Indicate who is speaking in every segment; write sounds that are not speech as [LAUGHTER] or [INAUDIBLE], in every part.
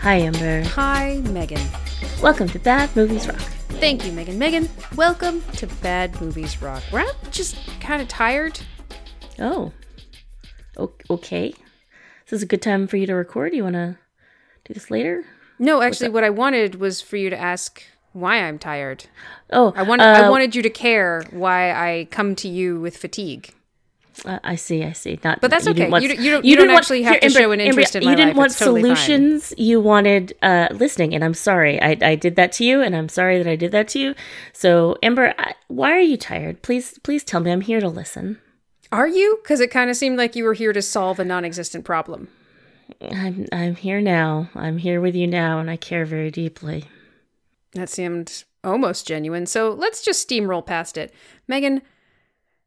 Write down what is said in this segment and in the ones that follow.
Speaker 1: Hi, Amber.
Speaker 2: Hi, Megan.
Speaker 1: Welcome to Bad Movies Rock.
Speaker 2: Thank you, Megan. Megan, welcome to Bad Movies Rock. We're all just kind of tired.
Speaker 1: Oh, o- okay. This is a good time for you to record. You want to do this later?
Speaker 2: No, actually, what I wanted was for you to ask why I'm tired.
Speaker 1: Oh,
Speaker 2: I wanted,
Speaker 1: uh,
Speaker 2: I wanted you to care why I come to you with fatigue.
Speaker 1: uh, I see. I see. Not,
Speaker 2: But that's
Speaker 1: you didn't
Speaker 2: okay.
Speaker 1: Want,
Speaker 2: You don't- you don't- you don't
Speaker 1: didn't want-
Speaker 2: actually have
Speaker 1: here,
Speaker 2: to
Speaker 1: Amber-
Speaker 2: show an
Speaker 1: Amber,
Speaker 2: interest in
Speaker 1: You
Speaker 2: my
Speaker 1: didn't
Speaker 2: life.
Speaker 1: want
Speaker 2: It's totally fine.
Speaker 1: solutions. You wanted uh, listening, and I'm sorry. I, I did that to you, and I'm sorry that I did that to you. So, Amber, I, why are you tired? Please, please tell me. I'm here to listen.
Speaker 2: Are you? Because it kind of seemed like you were here to solve a non existent problem.
Speaker 1: I'm, I'm here now. I'm here with you now, and I care very deeply.
Speaker 2: That seemed almost genuine. So let's just steamroll past it. Megan,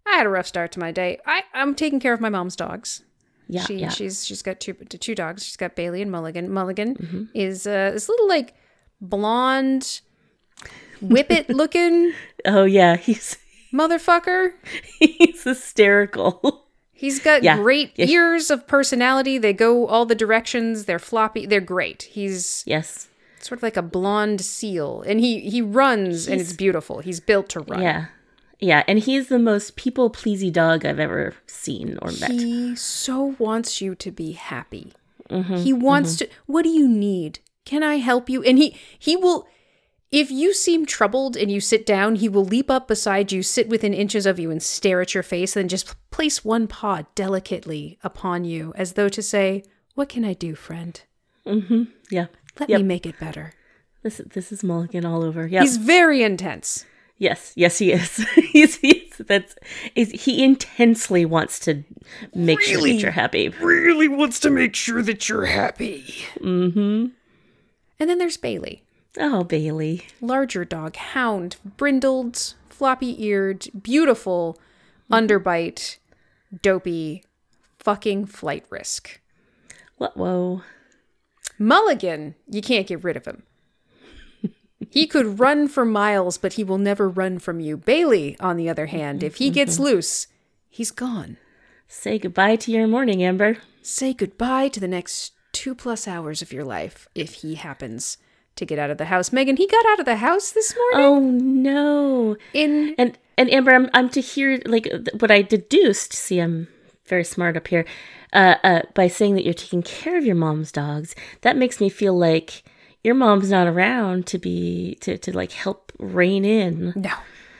Speaker 2: I had a rough start to my day. I, I'm taking care of my mom's dogs.
Speaker 1: Yeah,
Speaker 2: she,
Speaker 1: yeah.
Speaker 2: She's she's got two two dogs. She's got Bailey and Mulligan. Mulligan
Speaker 1: Mm-hmm.
Speaker 2: is uh, this little like blonde,
Speaker 1: [LAUGHS]
Speaker 2: whippet looking
Speaker 1: Oh yeah, [LAUGHS] he's
Speaker 2: motherfucker.
Speaker 1: he's hysterical.
Speaker 2: He's got
Speaker 1: Yeah.
Speaker 2: great
Speaker 1: Yeah.
Speaker 2: ears of personality. They go all the directions. They're floppy. They're great. He's
Speaker 1: yes.
Speaker 2: sort of like a blonde seal, and he he runs, and it's beautiful. He's built to run.
Speaker 1: Yeah. Yeah, and he's the most people pleasy dog I've ever seen or met.
Speaker 2: He so wants you to be happy. He wants to What do you need? Can I help you? And he he will if you seem troubled and you sit down, he will leap up beside you, sit within inches of you and stare at your face, then just place one paw delicately upon you as though to say, "What can I do, friend?
Speaker 1: hmm Yeah.
Speaker 2: Let
Speaker 1: Yep.
Speaker 2: me make it better."
Speaker 1: This this is Mulligan all over. Yeah.
Speaker 2: He's very intense.
Speaker 1: Yes. Yes, he is. [LAUGHS] he's, he's that's he's, he intensely wants to make sure that
Speaker 2: Really?
Speaker 1: you're happy.
Speaker 2: Really wants to make sure that you're happy.
Speaker 1: Mhm.
Speaker 2: And then there's Bailey.
Speaker 1: Oh, Bailey.
Speaker 2: larger dog, hound, brindled, floppy eared, beautiful, underbite, dopey, fucking flight risk.
Speaker 1: What whoa.
Speaker 2: Mulligan, you can't get rid of him. he could run for miles, but he will never run from you. Bailey, on the other hand, if he gets loose, he's gone.
Speaker 1: Say goodbye to your morning, Amber.
Speaker 2: Say goodbye to the next two plus hours of your life if he happens to get out of the house. Megan, he got out of the house this morning
Speaker 1: Oh no.
Speaker 2: in
Speaker 1: And and Amber, I'm I'm to hear like th- what I deduced. See, I'm very smart up here. Uh, uh, by saying that you're taking care of your mom's dogs, that makes me feel like your mom's not around to be to to like help rein in.
Speaker 2: no.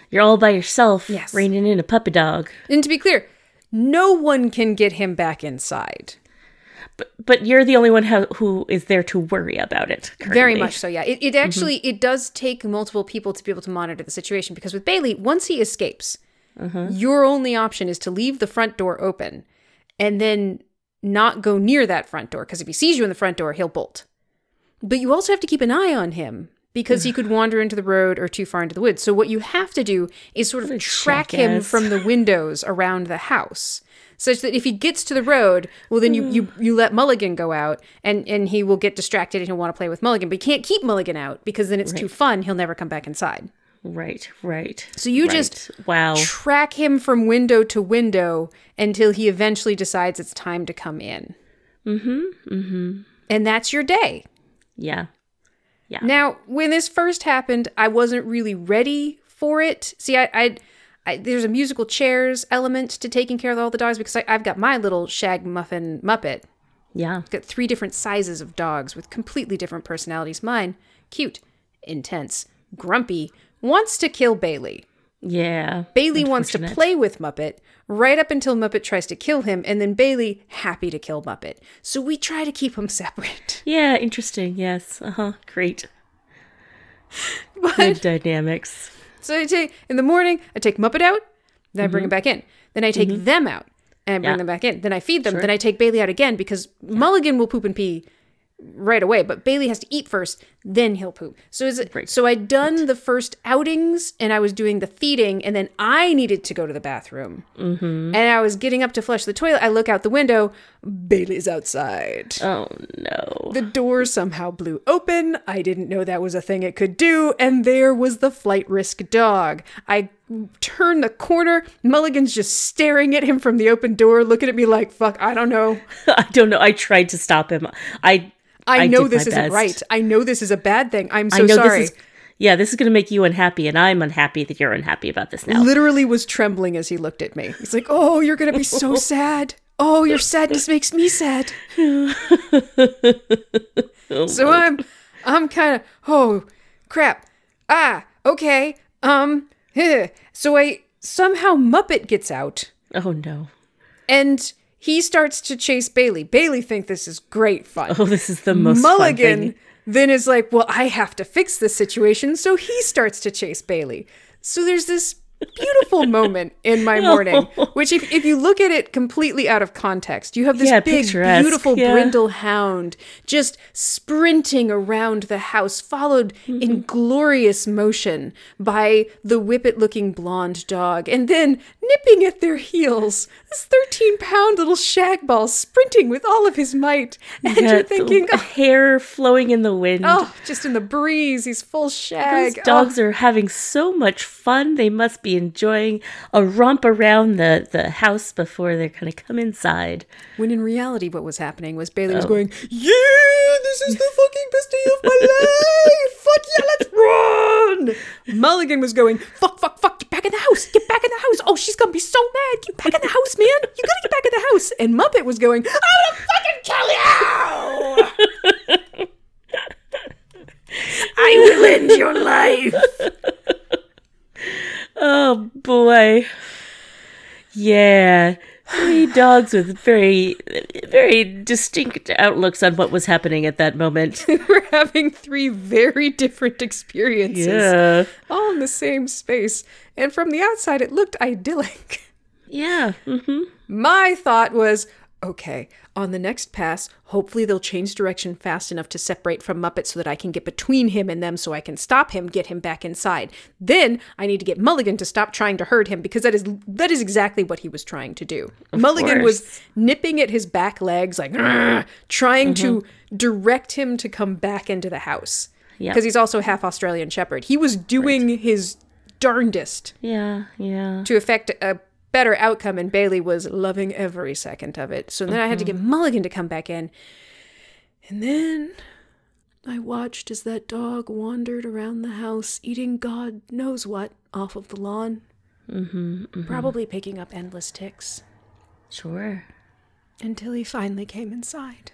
Speaker 1: You're all by yourself,
Speaker 2: Yes.
Speaker 1: reining in a puppy dog.
Speaker 2: And to be clear, no one can get him back inside.
Speaker 1: But but you're the only one ho- who is there to worry about it. Currently.
Speaker 2: Very much so, yeah. It, it actually it does take multiple people to be able to monitor the situation because with Bailey, once he escapes, your only option is to leave the front door open and then not go near that front door because if he sees you in the front door, he'll bolt. But you also have to keep an eye on him because he could wander into the road or too far into the woods. So what you have to do is sort
Speaker 1: What a
Speaker 2: of track him
Speaker 1: jackass.
Speaker 2: from the windows around the house. Such that if he gets to the road, well then you, you you let Mulligan go out and and he will get distracted and he'll want to play with Mulligan, but you can't keep Mulligan out because then it's too fun, he'll never come back inside.
Speaker 1: Right, right.
Speaker 2: So you
Speaker 1: right.
Speaker 2: just
Speaker 1: wow.
Speaker 2: track him from window to window until he eventually decides it's time to come in. Mm-hmm. Mm-hmm. And that's your day.
Speaker 1: Yeah.
Speaker 2: Now, when this first happened, I wasn't really ready for it. See, I, I, I there's a musical chairs element to taking care of all the dogs because I, I've got my little shag muffin muppet.
Speaker 1: Yeah.
Speaker 2: I've got three different sizes of dogs with completely different personalities. Mine, cute, intense, grumpy, wants to kill Bailey.
Speaker 1: Yeah.
Speaker 2: Bailey wants to
Speaker 1: Unfortunate.
Speaker 2: play with Muppet right up until Muppet tries to kill him, and then Bailey happy to kill Muppet. So we try to keep them [LAUGHS] separate.
Speaker 1: Yeah, interesting. Yes. Uh-huh. Great.
Speaker 2: But
Speaker 1: Good dynamics.
Speaker 2: so I take in the morning, I take Muppet out, then I bring him back in. Then I take them out and I bring
Speaker 1: Yeah.
Speaker 2: them back in. Then I feed them. Then I take Bailey out again because Mulligan will poop and pee right away, but Bailey has to eat first, then he'll poop. So is it, so I'd done the first outings and I was doing the feeding and then I needed to go to the bathroom. Mm-hmm. And I was getting up to flush the toilet. I look out the window, Bailey's outside.
Speaker 1: Oh no. [LAUGHS]
Speaker 2: The door somehow blew open. I didn't know that was a thing it could do, and there was the flight risk dog. I turn the corner. Mulligan's just staring at him from the open door, looking at me like, fuck, I don't know.
Speaker 1: I don't know. I tried to stop him. I
Speaker 2: I,
Speaker 1: I
Speaker 2: know
Speaker 1: did
Speaker 2: this
Speaker 1: my
Speaker 2: isn't
Speaker 1: best.
Speaker 2: right. I know this is a bad thing. I'm so
Speaker 1: I know
Speaker 2: sorry.
Speaker 1: this is yeah, this is gonna make you unhappy, and I'm unhappy that you're unhappy about this now.
Speaker 2: Literally was trembling as he looked at me. He's like, "Oh, you're gonna be so sad. Oh, your sadness makes me sad." so I'm, I'm kind of oh crap. Ah, okay. Um, huh. so I somehow Muppet gets out.
Speaker 1: Oh no.
Speaker 2: and he starts to chase Bailey. Bailey think this is great fun.
Speaker 1: Oh, this is the most fun
Speaker 2: Mulligan
Speaker 1: thing.
Speaker 2: then is like, "Well, I have to fix this situation," so he starts to chase Bailey. So there's this beautiful [LAUGHS] moment in my morning, which, if, if you look at it completely out of context, you have this
Speaker 1: Yeah,
Speaker 2: big,
Speaker 1: picturesque,
Speaker 2: beautiful
Speaker 1: yeah.
Speaker 2: brindle hound just sprinting around the house, followed
Speaker 1: Mm-hmm.
Speaker 2: in glorious motion by the whippet-looking blonde dog, and then nipping at their heels, this thirteen-pound little shagball sprinting with all of his might, and you're
Speaker 1: Yeah, the
Speaker 2: thinking,
Speaker 1: [LAUGHS] hair flowing in the wind.
Speaker 2: Oh, [LAUGHS] just in the breeze. He's full shag. Oh.
Speaker 1: These dogs are having so much fun. They must be enjoying a romp around the, the house before they're going to come inside.
Speaker 2: Oh. When in reality, what was happening was Bailey was going, Yeah, this is the fucking best day of my [LAUGHS] life. Fuck yeah, let's run. Mulligan was going, Fuck, fuck, fuck. Get back in the house. Get back in the house. Oh, she's going to be so mad. Get back in the house, man. You got to get back in the house. And Muppet was going, I'm going to fucking kill you. [LAUGHS] I will end your life.
Speaker 1: Oh, boy. Yeah.
Speaker 2: [SIGHS]
Speaker 1: Three dogs with very, very distinct outlooks on what was happening at that
Speaker 2: [LAUGHS]
Speaker 1: moment.
Speaker 2: [LAUGHS] We're having three very different experiences.
Speaker 1: Yeah.
Speaker 2: all in the same space, and from the outside it looked idyllic. [LAUGHS]
Speaker 1: Yeah. hmm
Speaker 2: My thought was, okay, on the next pass, hopefully they'll change direction fast enough to separate from Muppet so that I can get between him and them so I can stop him, get him back inside. Then I need to get Mulligan to stop trying to hurt him because that is that is exactly what he was trying to do. Mulligan was nipping at his back legs like "Grr," trying to direct him to come back into the house.
Speaker 1: Yeah.
Speaker 2: Because he's also half Australian Shepherd. He was doing his darndest
Speaker 1: Yeah. Yeah.
Speaker 2: to affect a better outcome and bailey was loving every second of it so then i had
Speaker 1: Mm-hmm.
Speaker 2: to get mulligan to come back in and then i watched as that dog wandered around the house eating god knows what off of the lawn
Speaker 1: Mm-hmm,
Speaker 2: probably picking up endless ticks
Speaker 1: Sure.
Speaker 2: until he finally came inside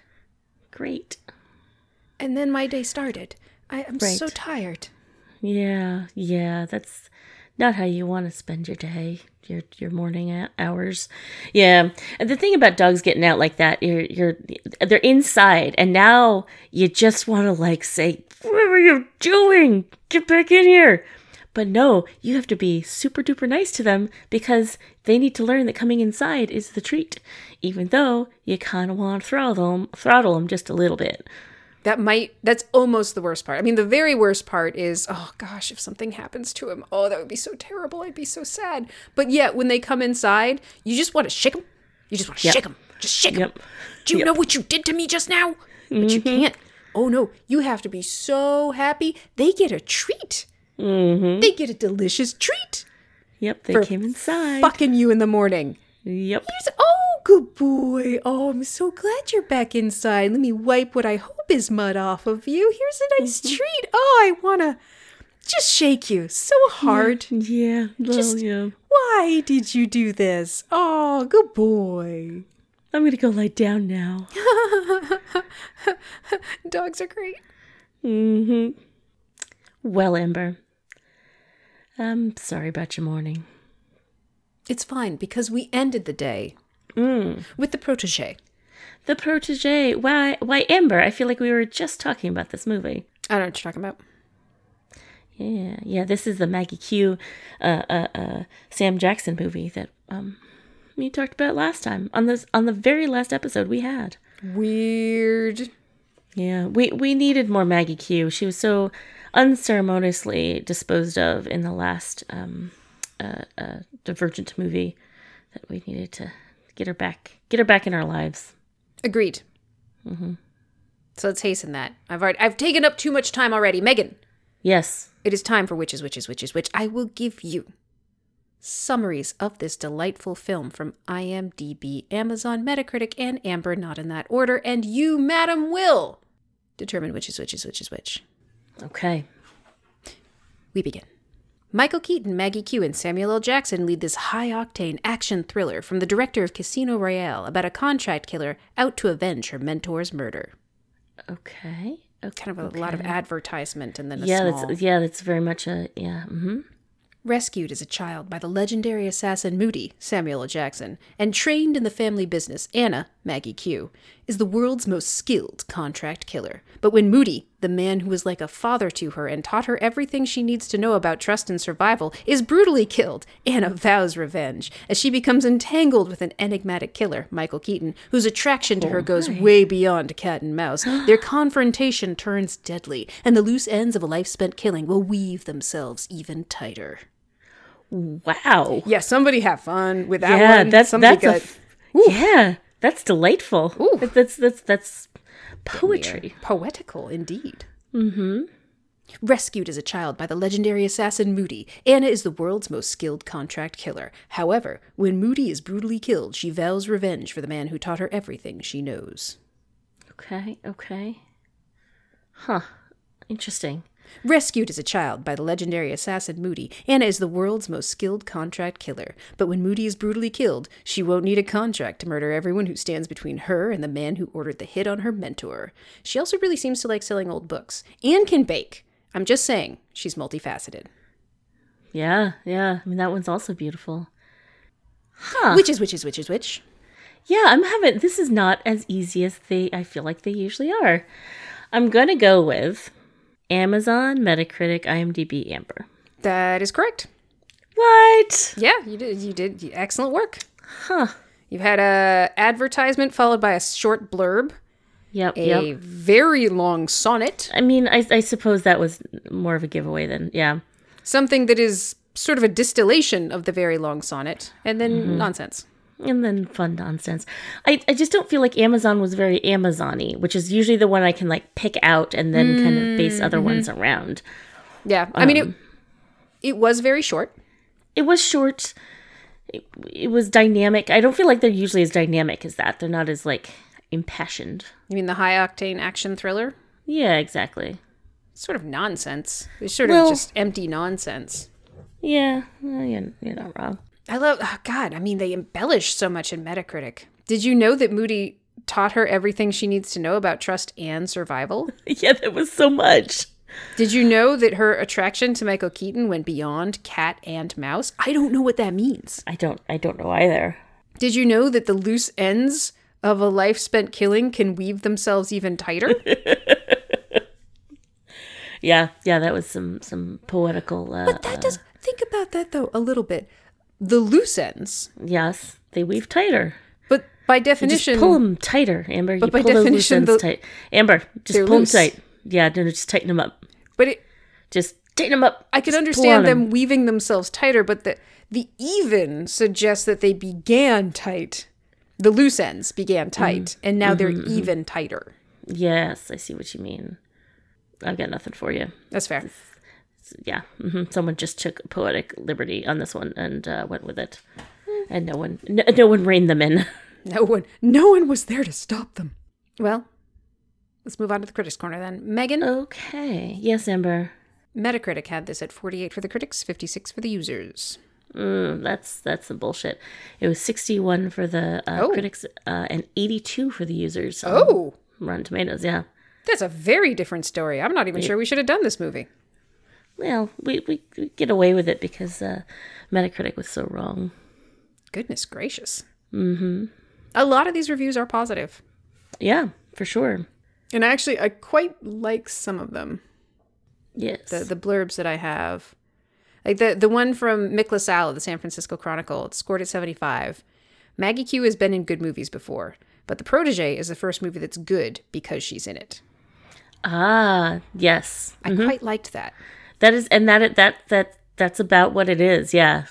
Speaker 1: Great.
Speaker 2: and then my day started i am so
Speaker 1: Right.
Speaker 2: tired
Speaker 1: Yeah, yeah, that's not how you want to spend your day, your your morning hou- hours. Yeah, and the thing about dogs getting out like that, you're you're they're inside, and now you just want to like say, "What are you doing? Get back in here!" But no, you have to be super duper nice to them because they need to learn that coming inside is the treat, even though you kind of want to throttle them, throttle them just a little bit.
Speaker 2: That might that's almost the worst part. I mean, the very worst part is, oh gosh, if something happens to him, oh, that would be so terrible. I'd be so sad. But yet when they come inside, you just want to shake them. You just want to shake them. Just shake them.
Speaker 1: Yep. Mm-hmm.
Speaker 2: Do you know what you did to me just now? But you can't. Oh no, you have to be so happy. They get a treat.
Speaker 1: Mm-hmm.
Speaker 2: They get a delicious treat.
Speaker 1: Yep, they came inside.
Speaker 2: Fucking you in the morning.
Speaker 1: Yep.
Speaker 2: Here's- oh, good boy. Oh, I'm so glad you're back inside. Let me wipe what I hope is mud off of you. Here's a nice treat. Oh, I want to just shake you so hard.
Speaker 1: Yeah, well,
Speaker 2: Just-
Speaker 1: yeah.
Speaker 2: Why did you do this? Oh, good boy.
Speaker 1: I'm gonna go lie down now.
Speaker 2: Dogs are great.
Speaker 1: hmm Well, Amber, I'm sorry about your morning.
Speaker 2: It's fine because we ended the day
Speaker 1: Mm.
Speaker 2: with the protege.
Speaker 1: The protege. Why? Why, Amber? I feel like we were just talking about this movie.
Speaker 2: I don't know what you're talking about.
Speaker 1: Yeah, yeah. This is the Maggie Q, uh, uh, uh, Sam Jackson movie that um we talked about last time on this on the very last episode we had.
Speaker 2: Weird.
Speaker 1: Yeah, we we needed more Maggie Q. She was so unceremoniously disposed of in the last um, uh, uh, Divergent movie that we needed to get her back, get her back in our lives.
Speaker 2: Agreed. Mm-hmm. So let's hasten that. I've already I've taken up too much time already. Megan,
Speaker 1: Yes,
Speaker 2: It is time for Witches, Witches, Witches, which I will give you summaries of this delightful film from IMDb, Amazon, Metacritic, and Amber, not in that order. And you, Madam Will, determine which is which is which is which.
Speaker 1: Okay.
Speaker 2: We begin. Michael Keaton, Maggie Q, and Samuel L. Jackson lead this high octane action thriller from the director of Casino Royale about a contract killer out to avenge her mentor's murder.
Speaker 1: Okay. Okay.
Speaker 2: Kind of a lot of advertisement and then a
Speaker 1: yeah,
Speaker 2: small.
Speaker 1: that's yeah, that's very much a yeah. hmm
Speaker 2: Rescued as a child by the legendary assassin Moody, Samuel L. Jackson, and trained in the family business, Anna, Maggie Q, is the world's most skilled contract killer. But when Moody, the man who was like a father to her and taught her everything she needs to know about trust and survival, is brutally killed, Anna vows revenge as she becomes entangled with an enigmatic killer, Michael Keaton, whose attraction to her goes way beyond cat and mouse. Their confrontation turns deadly, and the loose ends of a life spent killing will weave themselves even tighter.
Speaker 1: Wow.
Speaker 2: Yeah, somebody have fun with that
Speaker 1: yeah,
Speaker 2: one.
Speaker 1: that's
Speaker 2: somebody
Speaker 1: that's a f- yeah, that's delightful. That- That's that's that's poetry.
Speaker 2: poetical indeed. Mm-hmm. Rescued as a child by the legendary assassin Moody, Anna is the world's most skilled contract killer. However, when Moody is brutally killed, she vows revenge for the man who taught her everything she knows.
Speaker 1: Okay. Okay. Huh. Interesting.
Speaker 2: Rescued as a child by the legendary assassin Moody, Anna is the world's most skilled contract killer. But when Moody is brutally killed, she won't need a contract to murder everyone who stands between her and the man who ordered the hit on her mentor. She also really seems to like selling old books and can bake. I'm just saying, she's multifaceted.
Speaker 1: Yeah. Yeah. I mean, that one's also beautiful. Huh.
Speaker 2: Which is which is which is which.
Speaker 1: Yeah, I'm having this is not as easy as they I feel like they usually are. I'm gonna go with Amazon, Metacritic, IMDb, Amber.
Speaker 2: That is correct.
Speaker 1: What?
Speaker 2: Yeah, you did. You did you- excellent work.
Speaker 1: Huh.
Speaker 2: You had a advertisement followed by a short blurb,
Speaker 1: Yep.
Speaker 2: a
Speaker 1: Yep.
Speaker 2: very long sonnet,
Speaker 1: I mean, I, I suppose that was more of a giveaway than yeah.
Speaker 2: something that is sort of a distillation of the very long sonnet, and then nonsense.
Speaker 1: And then fun nonsense. I, I just don't feel like Amazon was very Amazon-y, which is usually the one I can like pick out and then kind of base
Speaker 2: Mm-hmm.
Speaker 1: other ones around.
Speaker 2: Yeah, I mean it. It was very short.
Speaker 1: It was short. It, it was dynamic. I don't feel like they're usually as dynamic as that. They're not as like impassioned.
Speaker 2: You mean the high octane action thriller?
Speaker 1: Yeah, exactly.
Speaker 2: Sort of nonsense. It's sort
Speaker 1: Well-
Speaker 2: of just empty nonsense.
Speaker 1: Yeah, well, you're, you're not wrong. [LAUGHS]
Speaker 2: I love, oh God, I mean, they embellish so much in Metacritic. Did you know that Moody taught her everything she needs to know about trust and survival?
Speaker 1: Yeah, that was so much.
Speaker 2: Did you know that her attraction to Michael Keaton went beyond cat and mouse? I don't know what that means.
Speaker 1: I don't, I don't know either.
Speaker 2: Did you know that the loose ends of a life spent killing can weave themselves
Speaker 1: [LAUGHS]
Speaker 2: even tighter?
Speaker 1: Yeah, yeah, that was some some poetical. Uh,
Speaker 2: but that does, think about that though a little bit. The loose ends,
Speaker 1: yes, they weave tighter.
Speaker 2: but by
Speaker 1: Just
Speaker 2: definition,
Speaker 1: pull them tighter, Amber. you pull
Speaker 2: by
Speaker 1: those loose
Speaker 2: definition,
Speaker 1: ends
Speaker 2: the-
Speaker 1: tight. Amber, just
Speaker 2: they're
Speaker 1: pull
Speaker 2: loose.
Speaker 1: them tight. Yeah, no, no, just tighten them up.
Speaker 2: but it,
Speaker 1: Just tighten them up.
Speaker 2: I
Speaker 1: Just
Speaker 2: can
Speaker 1: pull on
Speaker 2: understand
Speaker 1: 'em.
Speaker 2: them weaving themselves tighter, but the the even suggests that they began tight. The loose ends
Speaker 1: Mm.
Speaker 2: began tight, and now they're
Speaker 1: Mm-hmm.
Speaker 2: even tighter.
Speaker 1: Yes, I see what you mean. I've got nothing for you.
Speaker 2: That's fair.
Speaker 1: Yeah, hmm someone just took poetic liberty on this one and uh, went with it, and no one, no, no one reined them in. [LAUGHS]
Speaker 2: No one, no one was there to stop them. Well, let's move on to the critics' corner then. Megan,
Speaker 1: Okay. Yes, Amber.
Speaker 2: Metacritic had this at 48 for the critics, 56 for the users.
Speaker 1: Mm, that's that's some bullshit. It was 61 for the uh,
Speaker 2: Oh.
Speaker 1: critics uh, and 82 for the users. on
Speaker 2: Oh,
Speaker 1: Rotten Tomatoes. Yeah.
Speaker 2: that's a very different story. I'm not even sure we should have done this movie.
Speaker 1: Well, we, we, we get away with it because uh, Metacritic was so wrong.
Speaker 2: Goodness gracious. Mm-hmm. A lot of these reviews are positive.
Speaker 1: Yeah, for sure.
Speaker 2: And actually, I quite like some of them.
Speaker 1: Yes.
Speaker 2: The the blurbs that I have, like the the one from Mick LaSalle of the San Francisco Chronicle, it scored at seventy five. Maggie Q has been in good movies before, but The Protege is the first movie that's good because she's in it.
Speaker 1: ah, yes.
Speaker 2: I quite liked that.
Speaker 1: That is, and that that that that's about what it is. Yeah,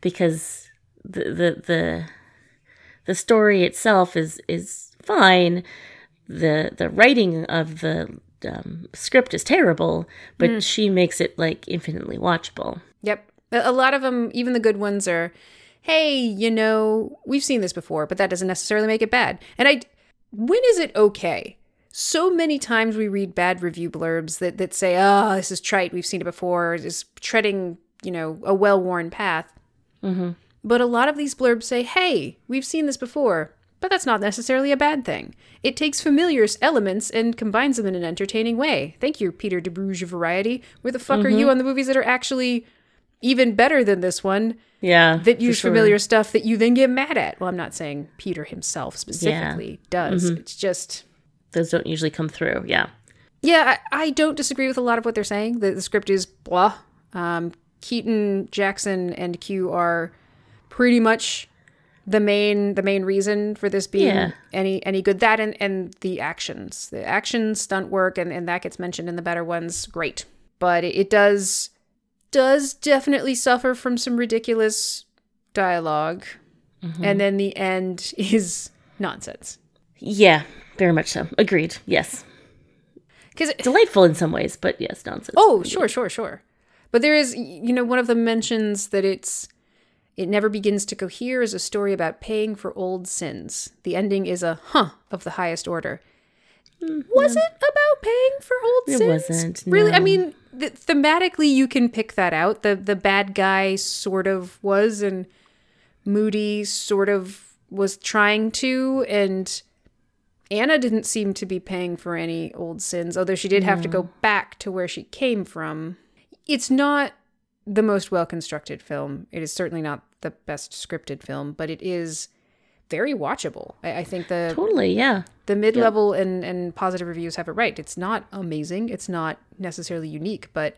Speaker 1: because the the the, the story itself is is fine. the The writing of the um, script is terrible, but she makes it like infinitely watchable.
Speaker 2: Yep, a, a lot of them, even the good ones, are, hey, you know, we've seen this before, but that doesn't necessarily make it bad. And I, when is it okay? so many times we read bad review blurbs that that say, "Oh, this is trite. We've seen it before. It's treading, you know, a well-worn path."
Speaker 1: Mm-hmm.
Speaker 2: But a lot of these blurbs say, "Hey, we've seen this before." But that's not necessarily a bad thing. It takes familiar elements and combines them in an entertaining way. Thank you, Peter DeBruge of Variety. Where the fuck are you on the movies that are actually even better than this one?
Speaker 1: Yeah.
Speaker 2: that
Speaker 1: for
Speaker 2: use
Speaker 1: sure.
Speaker 2: familiar stuff that you then get mad at. Well, I'm not saying Peter himself specifically does.
Speaker 1: Mm-hmm.
Speaker 2: It's just,
Speaker 1: Those don't usually come through. Yeah.
Speaker 2: yeah, I, I don't disagree with a lot of what they're saying. The, the script is blah. Um, Keaton, Jackson, and Q are pretty much the main the main reason for this being
Speaker 1: Yeah.
Speaker 2: any any good that and and the actions the action stunt work and and that gets mentioned in the better ones great but it, it does does definitely suffer from some ridiculous dialog and then the end [LAUGHS] is nonsense
Speaker 1: Yeah. Very much so. Agreed. Yes.
Speaker 2: because
Speaker 1: Delightful in some ways, but yes, nonsense.
Speaker 2: Oh, sure, sure, sure. But there is, you know, one of them mentions that it's it never begins to cohere is a story about paying for old sins. The ending is a huh of the highest order. Was it about paying for old
Speaker 1: It
Speaker 2: sins?
Speaker 1: wasn't,
Speaker 2: Really? I
Speaker 1: no.
Speaker 2: mean, th- thematically, you can pick that out. The the bad guy sort of was, and Moody sort of was trying to, and Anna didn't seem to be paying for any old sins, although she did have to go back to where she came from. It's not the most well constructed film. It is certainly not the best scripted film, but it is very watchable. I, I think the
Speaker 1: Totally. Yeah.
Speaker 2: the mid level and, and positive reviews have it right. It's not amazing. It's not necessarily unique, but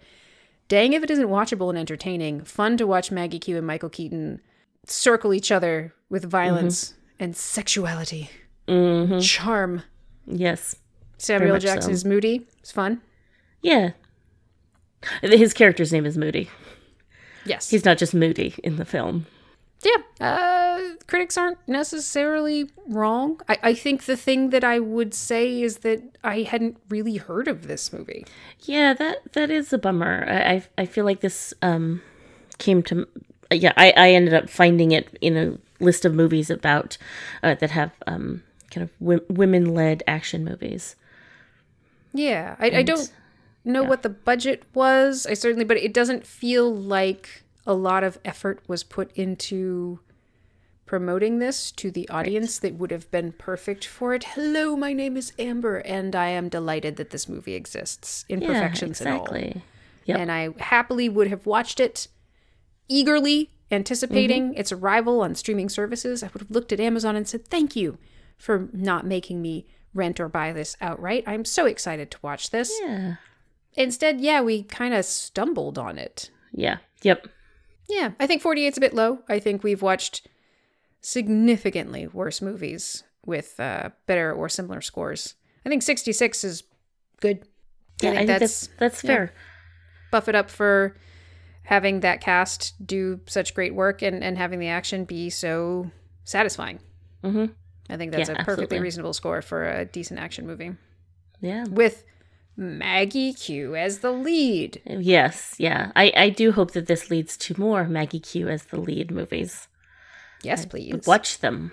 Speaker 2: dang if it isn't watchable and entertaining. Fun to watch Maggie Q and Michael Keaton circle each other with violence
Speaker 1: Mm-hmm.
Speaker 2: and sexuality,
Speaker 1: hmm
Speaker 2: charm.
Speaker 1: Yes.
Speaker 2: Samuel
Speaker 1: much so.
Speaker 2: Jackson is moody. It's fun.
Speaker 1: Yeah. His character's name is Moody.
Speaker 2: Yes.
Speaker 1: He's not just Moody in the film.
Speaker 2: yeah. Uh, critics aren't necessarily wrong. I, I think the thing that I would say is that I hadn't really heard of this movie.
Speaker 1: Yeah, that that is a bummer. I I, I feel like this um came to yeah. I I ended up finding it in a list of movies about uh, that have um kind of w- women led action movies.
Speaker 2: Yeah, I, I don't know what the budget was. I certainly, but it doesn't feel like a lot of effort was put into promoting this to the audience that would have been perfect for it. Hello, my name is Amber, and I am delighted that this movie exists. Imperfections
Speaker 1: yeah,
Speaker 2: and all
Speaker 1: exactly. Yep.
Speaker 2: and I happily would have watched it eagerly, anticipating
Speaker 1: Mm-hmm.
Speaker 2: its arrival on streaming services. I would have looked at Amazon and said, Thank you for not making me rent or buy this outright. I'm so excited to watch this.
Speaker 1: Yeah.
Speaker 2: Instead, yeah, we kind of stumbled on it.
Speaker 1: Yeah. Yep.
Speaker 2: Yeah, I think 48's a bit low. I think we've watched significantly worse movies with uh, better or similar scores. I think 66 is good.
Speaker 1: Yeah, I think that's that's
Speaker 2: yeah.
Speaker 1: fair.
Speaker 2: buff it up for having that cast do such great work and, and having the action be so satisfying.
Speaker 1: Mhm.
Speaker 2: I think that's
Speaker 1: Yeah,
Speaker 2: a perfectly
Speaker 1: absolutely.
Speaker 2: reasonable score for a decent action movie
Speaker 1: Yeah.
Speaker 2: with Maggie Q as the lead.
Speaker 1: Yes. Yeah. I I do hope that this leads to more Maggie Q as the lead movies.
Speaker 2: Yes, please.
Speaker 1: Watch them.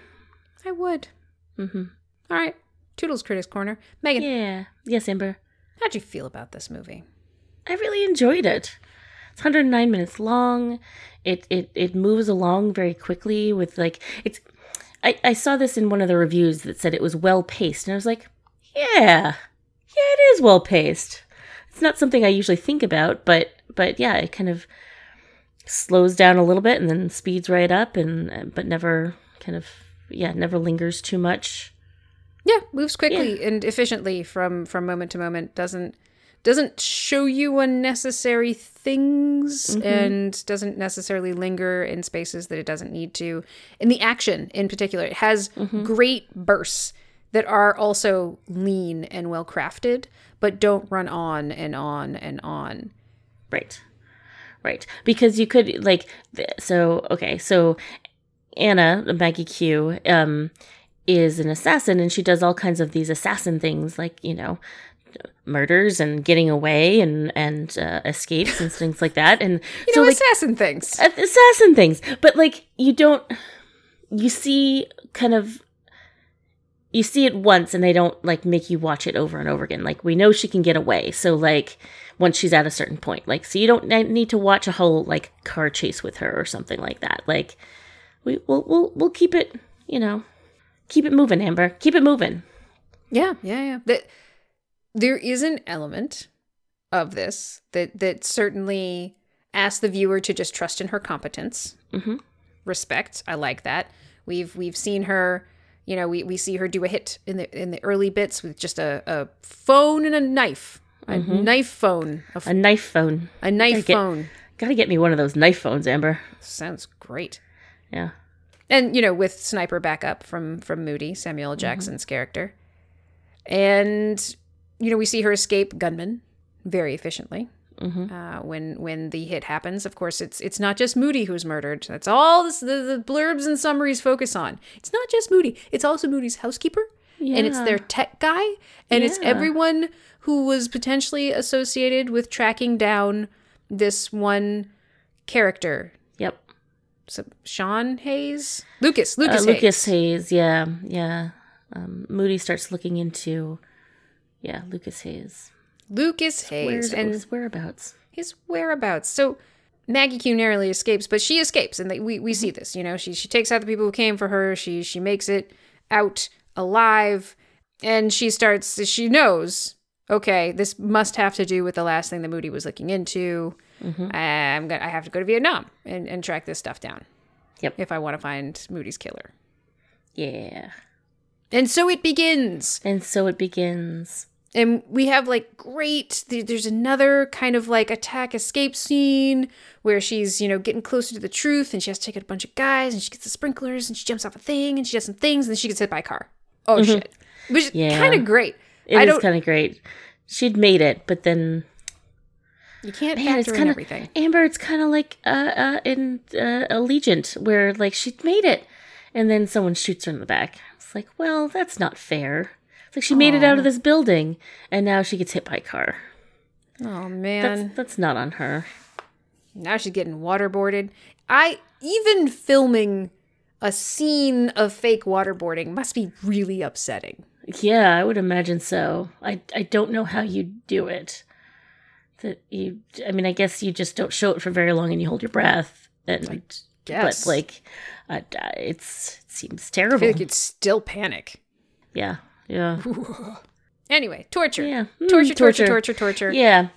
Speaker 2: I would.
Speaker 1: hmm
Speaker 2: All right. Toodles Critics Corner. Megan,
Speaker 1: Yeah. Yes, Amber.
Speaker 2: how'd you feel about this movie?
Speaker 1: I really enjoyed it. It's 109 minutes long. It it it moves along very quickly with like it's I, I saw this in one of the reviews that said it was well paced, and I was like, yeah, yeah, it is well paced. It's not something I usually think about, but but yeah, it kind of slows down a little bit and then speeds right up, and but never kind of yeah, never lingers too much.
Speaker 2: Yeah, moves quickly and efficiently from from moment to moment. Doesn't doesn't show you unnecessary things and doesn't necessarily linger in spaces that it doesn't need to. And the action in particular, it has great bursts that are also lean and well crafted, but don't run on and on and on.
Speaker 1: Right. Right. Because you could like th- so okay, so Anna, Maggie Q, um is an assassin and she does all kinds of these assassin things like, you know, murders and getting away and and uh, escapes and things like that and
Speaker 2: You
Speaker 1: so
Speaker 2: know,
Speaker 1: like
Speaker 2: assassin things.
Speaker 1: uh, assassin things but like you don't you see kind of you see it once and they don't like make you watch it over and over again. Like we know she can get away. So like once she's at a certain point, like so you don't ne- need to watch a whole like car chase with her or something like that. Like we we'll we'll, we'll keep it, you know, keep it moving, Amber. Keep it moving.
Speaker 2: Yeah, yeah, yeah. That there is an element of this that that certainly asks the viewer to just trust in her competence.
Speaker 1: Mhm.
Speaker 2: Respect. I like that. We've we've seen her. You know, we, we see her do a hit in the in the early bits with just a, a phone and a knife, a knife phone, a, f-
Speaker 1: A knife phone.
Speaker 2: a knife
Speaker 1: get-
Speaker 2: phone.
Speaker 1: Got to get me one of those knife phones, Amber.
Speaker 2: Sounds great.
Speaker 1: Yeah.
Speaker 2: and you know with sniper backup from from moody samuel
Speaker 1: Mm-hmm.
Speaker 2: L. jackson's character and you know we see her escape gunman very efficiently
Speaker 1: Mhm.
Speaker 2: uh, when when the hit happens of course it's it's not just moody who's murdered that's all this, the, the blurbs and summaries focus on it's not just moody it's also moody's housekeeper and it's
Speaker 1: Yeah.
Speaker 2: their tech guy and it's
Speaker 1: Yeah.
Speaker 2: everyone who was potentially associated with tracking down this one character
Speaker 1: Yep.
Speaker 2: so Sean Hayes, Lucas,
Speaker 1: Lucas, uh,
Speaker 2: Lucas, Hayes.
Speaker 1: Lucas Hayes. Yeah, yeah. Um, Moody starts looking into, yeah, Lucas Hayes.
Speaker 2: Lucas Hayes,
Speaker 1: Where's
Speaker 2: and
Speaker 1: his whereabouts?
Speaker 2: his whereabouts. So Maggie Q narrowly escapes, but she escapes, and they, we we see this. You know, she she takes out the people who came for her. She she makes it out alive, and she starts. She knows. Okay, this must have to do with the last thing that Moody was looking into.
Speaker 1: Mm-hmm.
Speaker 2: I'm gonna. I have to go to Vietnam and and track this stuff down.
Speaker 1: Yep.
Speaker 2: If I want to find Moody's killer,
Speaker 1: Yeah.
Speaker 2: and so it begins.
Speaker 1: And so it begins.
Speaker 2: and we have like great th- there's another kind of like attack escape scene where she's you know getting closer to the truth and she has to take out a bunch of guys and she gets the sprinklers and she jumps off a thing and she does some things and then she gets hit by a car oh shit which is
Speaker 1: Mm-hmm. Yeah.
Speaker 2: kind of great
Speaker 1: It
Speaker 2: i
Speaker 1: is
Speaker 2: don't
Speaker 1: kind of great. She'd made it, but then
Speaker 2: you can't
Speaker 1: man, it's
Speaker 2: factor
Speaker 1: kind
Speaker 2: in
Speaker 1: of
Speaker 2: everything
Speaker 1: Amber. It's kind of like uh, uh, in uh, Allegiant, where like she'd made it, and then someone shoots her in the back. It's like, well, that's not fair. It's like she made it out of this building, and now she gets hit by a car.
Speaker 2: oh man
Speaker 1: That's that's not on her.
Speaker 2: Now she's getting waterboarded. I even filming a scene of fake waterboarding must be really upsetting.
Speaker 1: Yeah, I would imagine so. I I don't know how you do it. That you I mean, I guess you just don't show it for very long and you hold your breath and
Speaker 2: guess.
Speaker 1: but like uh, it's it seems
Speaker 2: I feel
Speaker 1: terrible.
Speaker 2: like it's still panic. [LAUGHS]
Speaker 1: yeah. Yeah.
Speaker 2: Anyway, torture.
Speaker 1: Yeah. Mm,
Speaker 2: Torture, torture,
Speaker 1: torture.
Speaker 2: torture, torture.
Speaker 1: Yeah.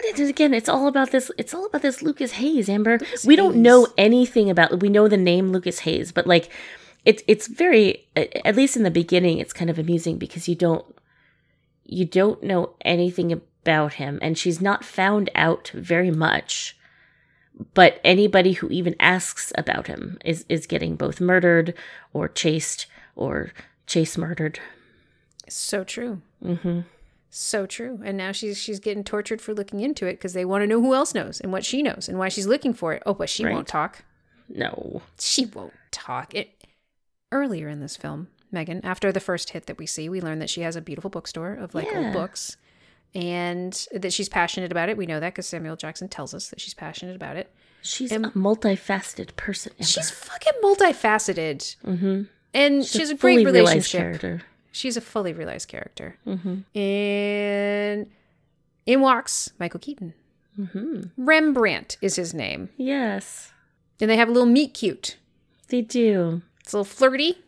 Speaker 1: It is- Again, it's all about this. It's all about this Lucas Hayes, Amber. we don't know anything about. We know the name Lucas Hayes, but like, it's it's very. a- At least in the beginning, it's kind of amusing because you don't, you don't know anything about him, and she's not found out very much. But anybody who even asks about him is is getting both murdered or chased or chase murdered.
Speaker 2: So true.
Speaker 1: Mm-hmm.
Speaker 2: So true. And now she's she's getting tortured for looking into it because they want to know who else knows and what she knows and why she's looking for it. Oh, but she
Speaker 1: Right.
Speaker 2: won't talk.
Speaker 1: No.
Speaker 2: She won't talk. It earlier in this film, Megan, after the first hit that we see, we learn that she has a beautiful bookstore of like
Speaker 1: Yeah.
Speaker 2: old books and that she's passionate about it. We know that because Samuel Jackson tells us that she's passionate about it.
Speaker 1: She's
Speaker 2: Am-
Speaker 1: a multifaceted person. Amber.
Speaker 2: She's fucking multifaceted.
Speaker 1: Mhm.
Speaker 2: And she
Speaker 1: She's
Speaker 2: has a
Speaker 1: fully
Speaker 2: great
Speaker 1: realized
Speaker 2: relationship.
Speaker 1: character.
Speaker 2: She's a fully realized character.
Speaker 1: Mm-hmm.
Speaker 2: And in walks Michael Keaton.
Speaker 1: Mm-hmm.
Speaker 2: Rembrandt is his name.
Speaker 1: Yes,
Speaker 2: And they have a little meet cute.
Speaker 1: they do.
Speaker 2: It's a little flirty.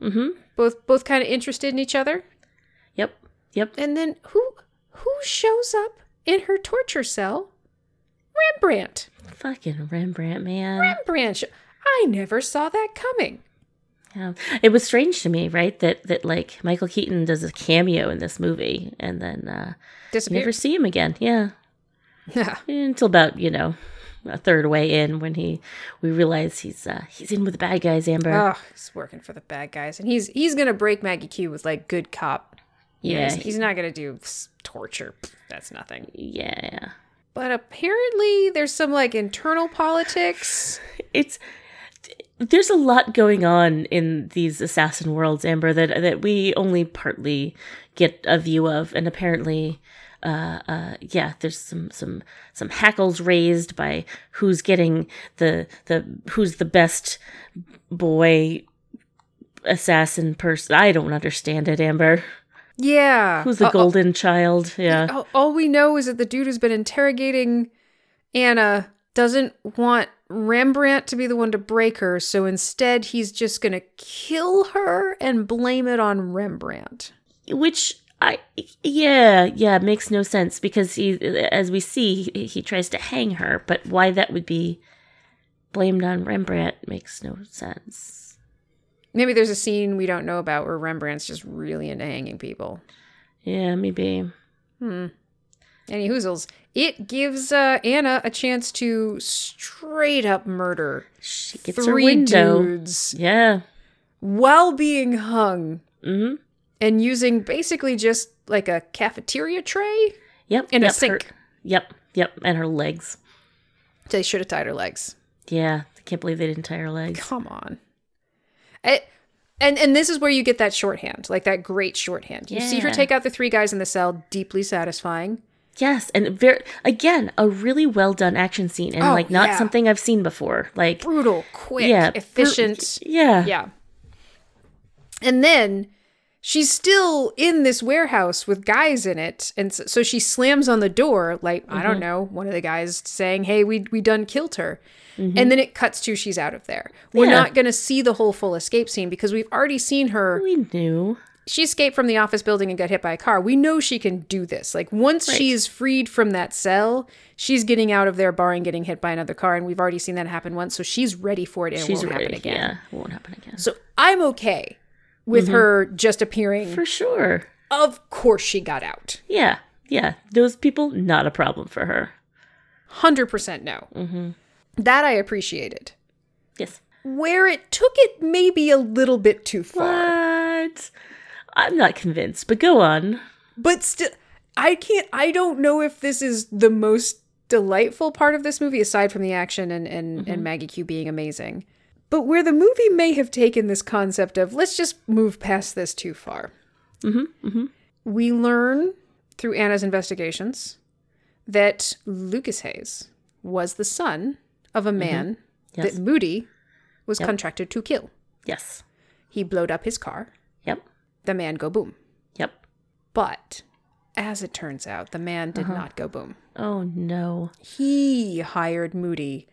Speaker 1: Mm-hmm.
Speaker 2: Both both kind of interested in each other.
Speaker 1: Yep. Yep.
Speaker 2: And then who who shows up in her torture cell? Rembrandt.
Speaker 1: Fucking Rembrandt, man.
Speaker 2: Rembrandt. sho- I never saw that coming.
Speaker 1: Yeah. It was strange to me, right? That that like Michael Keaton does a cameo in this movie, and then uh, you never
Speaker 2: Disappears.
Speaker 1: see him again. Yeah,
Speaker 2: [LAUGHS] Ah,
Speaker 1: until about you know a third way in when he we realize he's uh, he's in with the bad guys. Amber.
Speaker 2: oh, he's working for the bad guys, and he's he's gonna break Maggie Q with like good cop.
Speaker 1: yeah.
Speaker 2: He's, he's not gonna do s- torture. Pfft, That's nothing.
Speaker 1: yeah.
Speaker 2: But apparently, there's some like internal politics.
Speaker 1: it's there's a lot going on in these assassin worlds, Amber, that that we only partly get a view of, and apparently, uh, uh, yeah, there's some some some hackles raised by who's getting the the who's the best boy assassin person. I don't understand it, Amber.
Speaker 2: Yeah.
Speaker 1: Who's the
Speaker 2: Uh, uh,
Speaker 1: golden child? Yeah.
Speaker 2: all, all we know is that the dude who's been interrogating Anna doesn't want Rembrandt to be the one to break her, so instead he's just going to kill her and blame it on Rembrandt.
Speaker 1: Which I yeah, yeah, makes no sense because he as we see he, he tries to hang her, but why that would be blamed on Rembrandt makes no sense.
Speaker 2: Maybe there's a scene we don't know about where Rembrandt's just really into hanging people.
Speaker 1: Yeah, maybe.
Speaker 2: Hmm. Any hoozles. It gives uh, Anna a chance to straight up murder
Speaker 1: She gets her
Speaker 2: three
Speaker 1: window.
Speaker 2: dudes
Speaker 1: Yeah.
Speaker 2: while being hung
Speaker 1: Mm-hmm.
Speaker 2: and using basically just like a cafeteria tray.
Speaker 1: Yep.
Speaker 2: In a
Speaker 1: yep, her-
Speaker 2: sink.
Speaker 1: yep. Yep. And her legs.
Speaker 2: They should have tied her legs.
Speaker 1: Yeah. I can't believe they didn't tie her legs.
Speaker 2: Come on. I, and and this is where you get that shorthand, like that great shorthand. You see her
Speaker 1: Yeah.
Speaker 2: take out the three guys in the cell, deeply satisfying.
Speaker 1: Yes, and very again a really well done action scene, and
Speaker 2: Oh,
Speaker 1: like not
Speaker 2: yeah.
Speaker 1: something I've seen before. Like
Speaker 2: Brutal, quick,
Speaker 1: yeah, per-
Speaker 2: efficient.
Speaker 1: yeah,
Speaker 2: yeah. And then she's still in this warehouse with guys in it, and so, so she slams on the door, like I
Speaker 1: Mm-hmm.
Speaker 2: don't know, one of the guys saying, "Hey, we we done killed her." And then it cuts to she's out of there. We're
Speaker 1: Mm-hmm. Yeah.
Speaker 2: not going to see the whole full escape scene because we've already seen her
Speaker 1: we knew.
Speaker 2: she escaped from the office building and got hit by a car. We know she can do this. Like once she is freed from that cell, she's getting out of there barring getting hit by another car, and we've already seen that happen once, so she's ready for it and
Speaker 1: She's
Speaker 2: it won't
Speaker 1: ready.
Speaker 2: happen again.
Speaker 1: Yeah, won't happen again
Speaker 2: So I'm okay with her just appearing.
Speaker 1: for sure.
Speaker 2: of course she got out.
Speaker 1: Yeah, yeah, those people not a problem for her.
Speaker 2: Hundred percent no. That I appreciated.
Speaker 1: Yes.
Speaker 2: Where it took it maybe a little bit too far.
Speaker 1: What? I'm not convinced, but go on.
Speaker 2: but still i can't i don't know if this is the most delightful part of this movie aside from the action and and, and maggie q being amazing but where the movie may have taken this concept of let's just move past this too far
Speaker 1: Mm-hmm,
Speaker 2: we learn through anna's investigations that lucas hayes was the son of a man
Speaker 1: Mm-hmm. Yes.
Speaker 2: that moody was contracted to kill
Speaker 1: Yes.
Speaker 2: he blowed up his car
Speaker 1: Yep.
Speaker 2: the man go boom
Speaker 1: Yep.
Speaker 2: but as it turns out, the man
Speaker 1: Uh-huh.
Speaker 2: did not go boom.
Speaker 1: Oh no.
Speaker 2: He hired Moody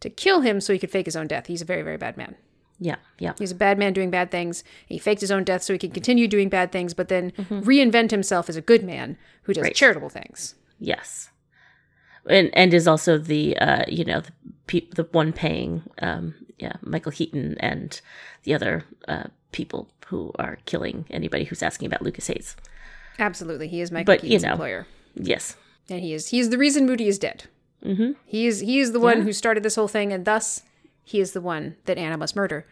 Speaker 2: to kill him so he could fake his own death. He's a very, very bad man.
Speaker 1: Yeah. Yeah.
Speaker 2: He's a bad man doing bad things. He faked his own death so he could continue doing bad things, but then reinvent himself as a good man who does
Speaker 1: Mm-hmm. Right.
Speaker 2: charitable things.
Speaker 1: Yes. And and is also the uh you know the pe- the one paying um yeah Michael Heaton and the other uh people who are killing anybody who's asking about Lucas Hayes.
Speaker 2: Absolutely. He is Michael
Speaker 1: But, you
Speaker 2: Keaton's
Speaker 1: know.
Speaker 2: employer.
Speaker 1: Yes.
Speaker 2: And he is he is the reason Moody is dead.
Speaker 1: Mhm.
Speaker 2: He is he is the one who started this whole thing, and thus he is the one that Anna must murder.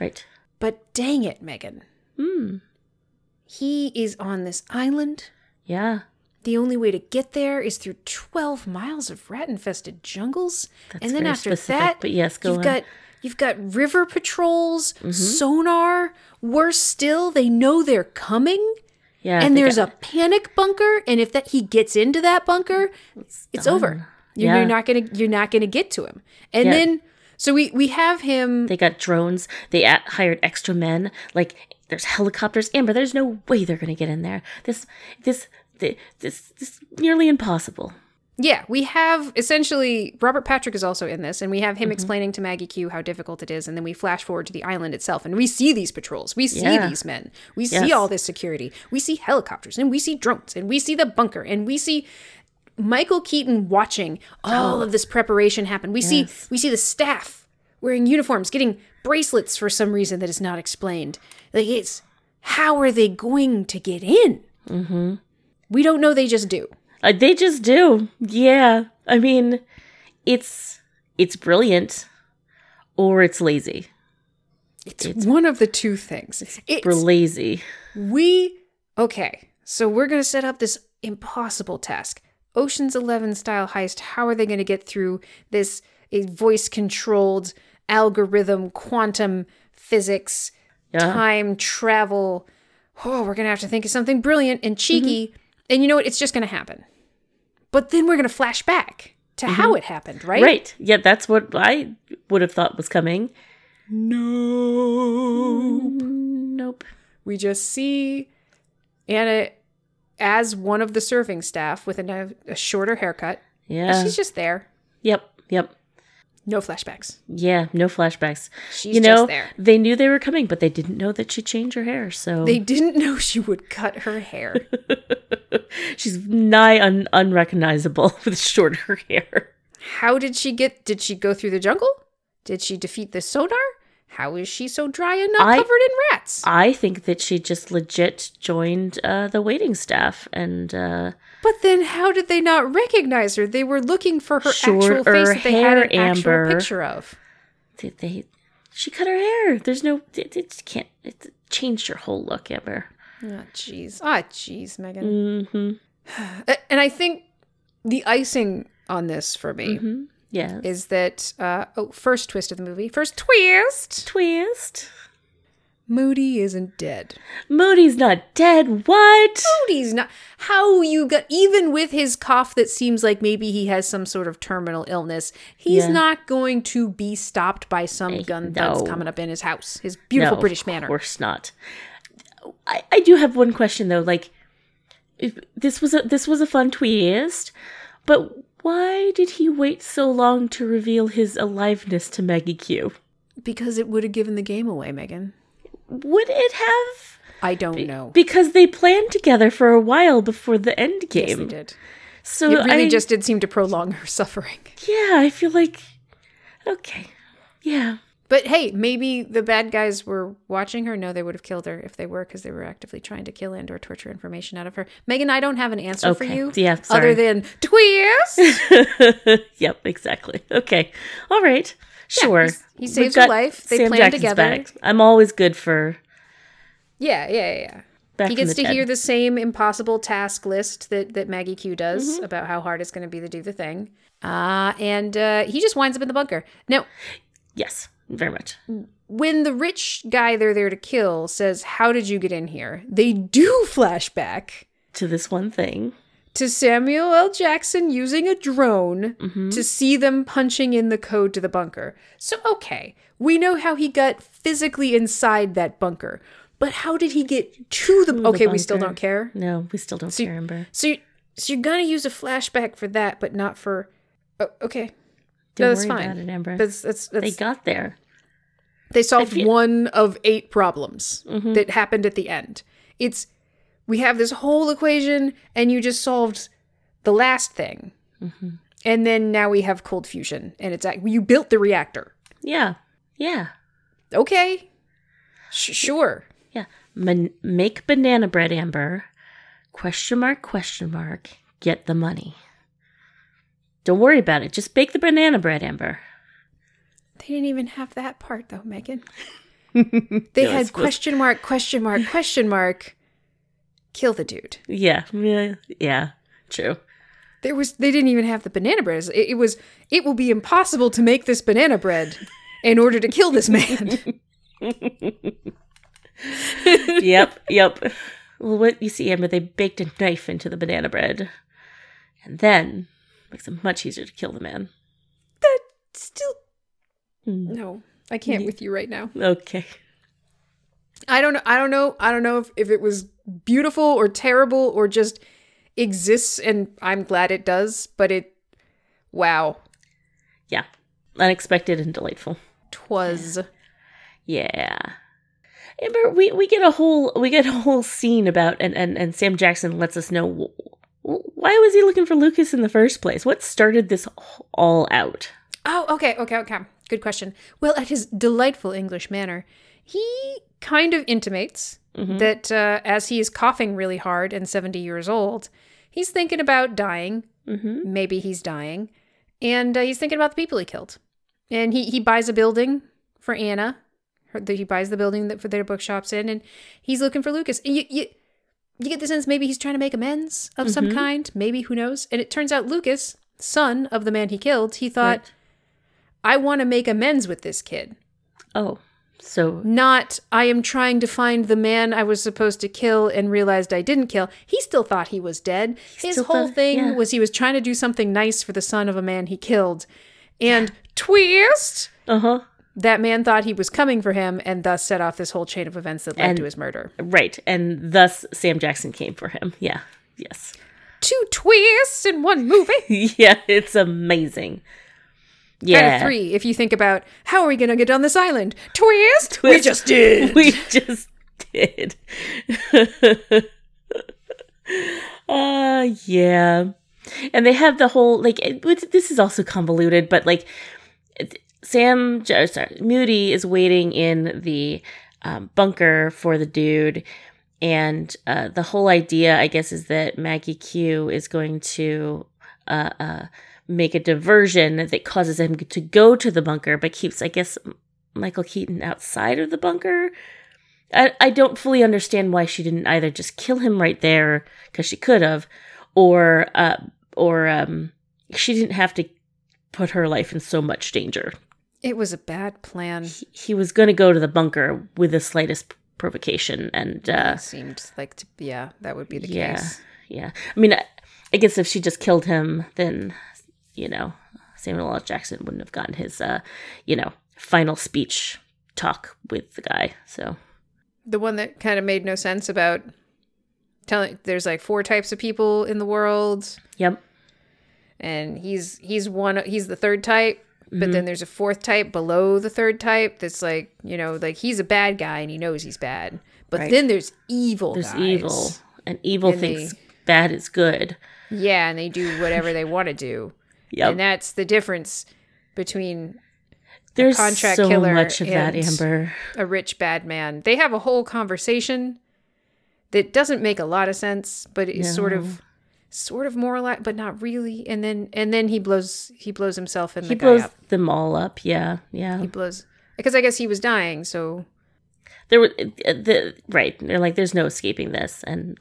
Speaker 1: Right.
Speaker 2: But dang it, Megan.
Speaker 1: Hmm.
Speaker 2: He is on this island
Speaker 1: Yeah.
Speaker 2: The only way to get there is through 12 miles of rat infested jungles.
Speaker 1: That's
Speaker 2: and then
Speaker 1: very
Speaker 2: after
Speaker 1: specific,
Speaker 2: that,
Speaker 1: but yes, go
Speaker 2: you've
Speaker 1: on. Mm-hmm.
Speaker 2: got you've got river patrols, sonar, worse still, they know they're coming.
Speaker 1: Yeah.
Speaker 2: and there's a panic bunker, and if that he gets into that bunker, it's, over. You're,
Speaker 1: Yeah.
Speaker 2: you're not gonna you're not gonna get to him. And
Speaker 1: Yeah.
Speaker 2: then so we we have him
Speaker 1: they got drones. They at- hired extra men. Like there's helicopters. Amber, there's no way they're gonna get in there. This this this this, this nearly impossible.
Speaker 2: Yeah, we have essentially Robert Patrick is also in this, and we have
Speaker 1: Mm-hmm.
Speaker 2: him explaining to Maggie Q how difficult it is, and then we flash forward to the island itself, and we see these patrols, we see
Speaker 1: Yeah.
Speaker 2: these men, we see
Speaker 1: Yes.
Speaker 2: all this security, we see helicopters, and we see drones, and we see the bunker, and we see Michael Keaton watching all
Speaker 1: Oh.
Speaker 2: of this preparation happen. We see we see the staff wearing uniforms, getting bracelets for some reason that is not explained. Like it's how are they going to get in? Mm-hmm. We don't know. They just do.
Speaker 1: Uh, they just do. Yeah. I mean, it's it's brilliant or it's lazy.
Speaker 2: It's, one of the two things. It's
Speaker 1: We're lazy.
Speaker 2: we okay. So we're gonna set up this impossible task, Ocean's Eleven style heist. How are they gonna get through this a voice controlled algorithm, quantum physics,
Speaker 1: Yeah.
Speaker 2: time travel? Oh, we're gonna have to think of something brilliant and cheeky. And you know what? It's just gonna happen. But then we're gonna flash back to how it happened, Mm-hmm. right?
Speaker 1: Right. Yeah, that's what I would have thought was coming.
Speaker 2: No.
Speaker 1: Nope.
Speaker 2: We just see Anna as one of the serving staff with a, a shorter haircut. And
Speaker 1: Yeah.
Speaker 2: She's just there.
Speaker 1: Yep. Yep.
Speaker 2: No flashbacks.
Speaker 1: Yeah. No flashbacks.
Speaker 2: She's
Speaker 1: you know,
Speaker 2: just there.
Speaker 1: they knew they were coming, but they didn't know that she'd change her hair. So
Speaker 2: They didn't [LAUGHS] know she would cut her hair.
Speaker 1: [LAUGHS] she's nigh un- unrecognizable [LAUGHS] with shorter hair.
Speaker 2: How did she get? Did she go through the jungle? Did she defeat the sonar? How is she so dry and not
Speaker 1: I-
Speaker 2: covered in rats?
Speaker 1: I think that she just legit joined uh, the waiting staff and uh,
Speaker 2: But then, how did they not recognize her? They were looking for her
Speaker 1: Sure,
Speaker 2: actual face that they had
Speaker 1: her
Speaker 2: an
Speaker 1: Amber.
Speaker 2: actual picture of.
Speaker 1: they, they she cut her hair. There's no it, it can't it changed her whole look, Amber.
Speaker 2: Oh, jeez. Ah, jeez, Megan.
Speaker 1: Mm-hmm.
Speaker 2: A- And I think the icing on this for me
Speaker 1: hmm Yeah.
Speaker 2: is that uh, oh, first twist of the movie, first twist.
Speaker 1: Twist.
Speaker 2: Moody isn't dead.
Speaker 1: Moody's not dead. What?
Speaker 2: Moody's not. How you got even with his cough that seems like maybe he has some sort of terminal illness. He's
Speaker 1: Yeah.
Speaker 2: not going to be stopped by some gun thugs
Speaker 1: no.
Speaker 2: coming up in his house. His beautiful
Speaker 1: No,
Speaker 2: British manor.
Speaker 1: Of course not. I, I do have one question though. Like, if, this was a this was a fun twist, but why did he wait so long to reveal his aliveness to Maggie Q?
Speaker 2: Because it would have given the game away, Megan.
Speaker 1: Would it have?
Speaker 2: I don't know.
Speaker 1: Because they planned together for a while before the end game.
Speaker 2: yes, they did.
Speaker 1: So
Speaker 2: it really
Speaker 1: I,
Speaker 2: just did seem to prolong her [LAUGHS] suffering.
Speaker 1: yeah, I feel like okay, yeah, [LAUGHS]
Speaker 2: But hey, maybe the bad guys were watching her. No, they would have killed her if they were, because they were actively trying to kill and or torture information out of her. Megan, I don't have an answer for
Speaker 1: Okay.
Speaker 2: you.
Speaker 1: Yeah, sorry.
Speaker 2: Other than
Speaker 1: [LAUGHS]
Speaker 2: twist.
Speaker 1: yep, exactly. Okay, all right, sure.
Speaker 2: he's- he
Speaker 1: We've
Speaker 2: saves her
Speaker 1: got
Speaker 2: life. They
Speaker 1: Sam
Speaker 2: plan
Speaker 1: Jackson's
Speaker 2: together.
Speaker 1: back. I'm always good for
Speaker 2: yeah, yeah, yeah, yeah.
Speaker 1: back.
Speaker 2: he
Speaker 1: from
Speaker 2: gets
Speaker 1: the
Speaker 2: to
Speaker 1: dead.
Speaker 2: hear the same impossible task list that, that Maggie Q does
Speaker 1: Mm-hmm.
Speaker 2: about how hard it's going to be to do the thing. Uh, and uh, he just winds up in the bunker. Now,
Speaker 1: Yes, very much.
Speaker 2: when the rich guy they're there to kill says, How did you get in here? They do [LAUGHS] flashback
Speaker 1: To this one thing.
Speaker 2: to Samuel L. Jackson using a drone
Speaker 1: Mm-hmm.
Speaker 2: to see them punching in the code to the bunker. So, okay, we know how he got physically inside that bunker, but how did he get to the.
Speaker 1: the
Speaker 2: okay, we still
Speaker 1: bunker.
Speaker 2: don't care.
Speaker 1: No, we still don't care, Amber.
Speaker 2: So, you, so you're gonna use a flashback for that, but not for. Oh, okay,
Speaker 1: Don't
Speaker 2: that's
Speaker 1: worry
Speaker 2: fine.
Speaker 1: about it, Amber.
Speaker 2: that's that's, that's
Speaker 1: they
Speaker 2: they,
Speaker 1: got there.
Speaker 2: solved
Speaker 1: feel-
Speaker 2: one of eight problems that happened at the end. It's we have this whole equation, and you just solved the last thing, and then now we have cold fusion, and it's act- you built the reactor.
Speaker 1: Yeah, yeah,
Speaker 2: Okay, Sh- sure.
Speaker 1: yeah. Man- make banana bread, Amber. Question mark? Question mark. Get the money. Don't worry about it. Just bake the banana bread, Amber.
Speaker 2: They didn't even have that part though, Megan. They
Speaker 1: Yeah, I
Speaker 2: had
Speaker 1: suppose-
Speaker 2: question mark, question mark, question mark. Kill the dude.
Speaker 1: Yeah, yeah, yeah.
Speaker 2: [LAUGHS]
Speaker 1: True.
Speaker 2: There was they didn't even have the banana bread. It, it was it will be impossible to make this banana bread in order to kill this man. [LAUGHS]
Speaker 1: yep, yep. Well, what you see, Amber, they baked a knife into the banana bread, and then makes it much easier to kill the man.
Speaker 2: Still
Speaker 1: Hmm.
Speaker 2: no. I can't with you right now.
Speaker 1: Okay.
Speaker 2: I don't know I don't know I don't know if, if it was beautiful or terrible or just exists and I'm glad it does, but it wow.
Speaker 1: Yeah. Unexpected and delightful.
Speaker 2: Twas
Speaker 1: Yeah. Amber, we, we get a whole we get a whole scene about and, and, and Sam Jackson lets us know wh- wh- why was he looking for Lucas in the first place? What started this all out?
Speaker 2: Oh, okay, okay, okay. Good question. Well, at his delightful English manner, he kind of intimates
Speaker 1: Mm-hmm.
Speaker 2: that uh, as he is coughing really hard and 70 years old, he's thinking about dying.
Speaker 1: Mhm.
Speaker 2: Maybe he's dying. And uh, he's thinking about the people he killed. And he, he buys a building for Anna. Her, that he buys the building that for their bookshop's in, and he's looking for Lucas. And You, you, you get the sense maybe he's trying to make amends of some kind. Maybe, who knows? And it turns out Lucas, son of the man he killed, he thought,
Speaker 1: Right.
Speaker 2: I want to make amends with this kid.
Speaker 1: Oh, so
Speaker 2: Not, I am trying to find the man I was supposed to kill and realized I didn't kill. He still thought he was dead. His
Speaker 1: still
Speaker 2: whole
Speaker 1: thought-
Speaker 2: thing
Speaker 1: yeah.
Speaker 2: was he was trying to do something nice for the son of a man he killed. And twist,
Speaker 1: uh huh.
Speaker 2: That man thought he was coming for him and thus set off this whole chain of events that led
Speaker 1: And-
Speaker 2: to his murder.
Speaker 1: Right. And thus Sam Jackson came for him. Yeah. Yes. [LAUGHS]
Speaker 2: Two twists in one movie.
Speaker 1: yeah, it's amazing.
Speaker 2: Out
Speaker 1: Yeah.
Speaker 2: of three, if you think about how are we going to get on this island? Twist. We
Speaker 1: Twist.
Speaker 2: just
Speaker 1: [LAUGHS]
Speaker 2: did.
Speaker 1: We just did. [LAUGHS] uh yeah. And they have the whole like it, it- this is also convoluted, but like it- Sam J- uh, sorry, Moody is waiting in the um, bunker for the dude and uh, the whole idea I guess is that Maggie Q is going to uh, uh, make a diversion that causes him to go to the bunker but keeps I guess Michael Keaton outside of the bunker. I, I don't fully understand why she didn't either just kill him right there because she could have, or uh, or um, she didn't have to put her life in so much danger.
Speaker 2: It was a bad plan.
Speaker 1: He, he was going to go to the bunker with the slightest provocation, and uh,
Speaker 2: It seemed like to, yeah, that would be the
Speaker 1: Yeah.
Speaker 2: case.
Speaker 1: yeah, I mean, I, I guess if she just killed him, then you know Samuel L. Jackson wouldn't have gotten his uh, you know final speech talk with the guy. So
Speaker 2: The one that kind of made no sense about telling there's like four types of people in the world
Speaker 1: yep.
Speaker 2: and he's he's one he's the third type,
Speaker 1: Mm-hmm.
Speaker 2: but then there's a fourth type below the third type that's like, you know, like he's a bad guy and he knows he's bad. But
Speaker 1: Right.
Speaker 2: then there's evil
Speaker 1: There's
Speaker 2: guys.
Speaker 1: evil, and evil
Speaker 2: And
Speaker 1: thinks
Speaker 2: they-
Speaker 1: bad is good.
Speaker 2: Yeah, and they do whatever they want to do.
Speaker 1: Yep.
Speaker 2: And that's the difference between
Speaker 1: There's
Speaker 2: contract
Speaker 1: so
Speaker 2: killer
Speaker 1: much of that,
Speaker 2: and-
Speaker 1: Amber.
Speaker 2: a rich bad man. They have a whole conversation that doesn't make a lot of sense, but is sort of sort of moralized, but not really. And then and then he blows he blows himself and
Speaker 1: He
Speaker 2: the guy
Speaker 1: blows
Speaker 2: up.
Speaker 1: them all up. Yeah, yeah.
Speaker 2: He blows because I guess he was dying, so
Speaker 1: There were uh, the right. They're like, there's no escaping this, and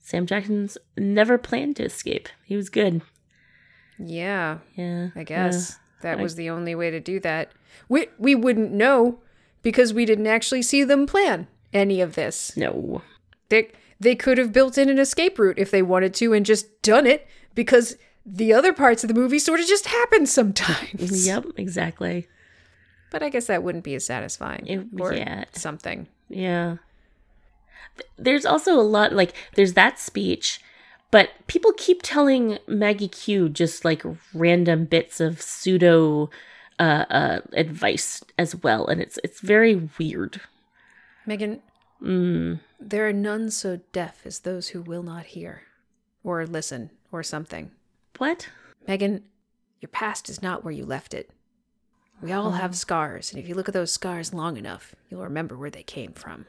Speaker 1: Sam Jackson's never planned to escape. He was good.
Speaker 2: yeah,
Speaker 1: Yeah,
Speaker 2: I guess that was the only way to do that. We we wouldn't know because we didn't actually see them plan any of this.
Speaker 1: No,
Speaker 2: They they could have built in an escape route if they wanted to and just done it because the other parts of the movie sort of just happen sometimes.
Speaker 1: yep, exactly.
Speaker 2: But I guess that wouldn't be as satisfying
Speaker 1: It-
Speaker 2: or
Speaker 1: yeah.
Speaker 2: something.
Speaker 1: Yeah. Th- There's also a lot like there's that speech, but people keep telling Maggie Q just like random bits of pseudo uh, uh, advice as well, and it's it's very weird.
Speaker 2: Megan,
Speaker 1: Mm.
Speaker 2: there are none so deaf as those who will not hear or listen or something.
Speaker 1: What?
Speaker 2: Megan, your past is not where you left it. We all have scars, and if you look at those scars long enough, you'll remember where they came from.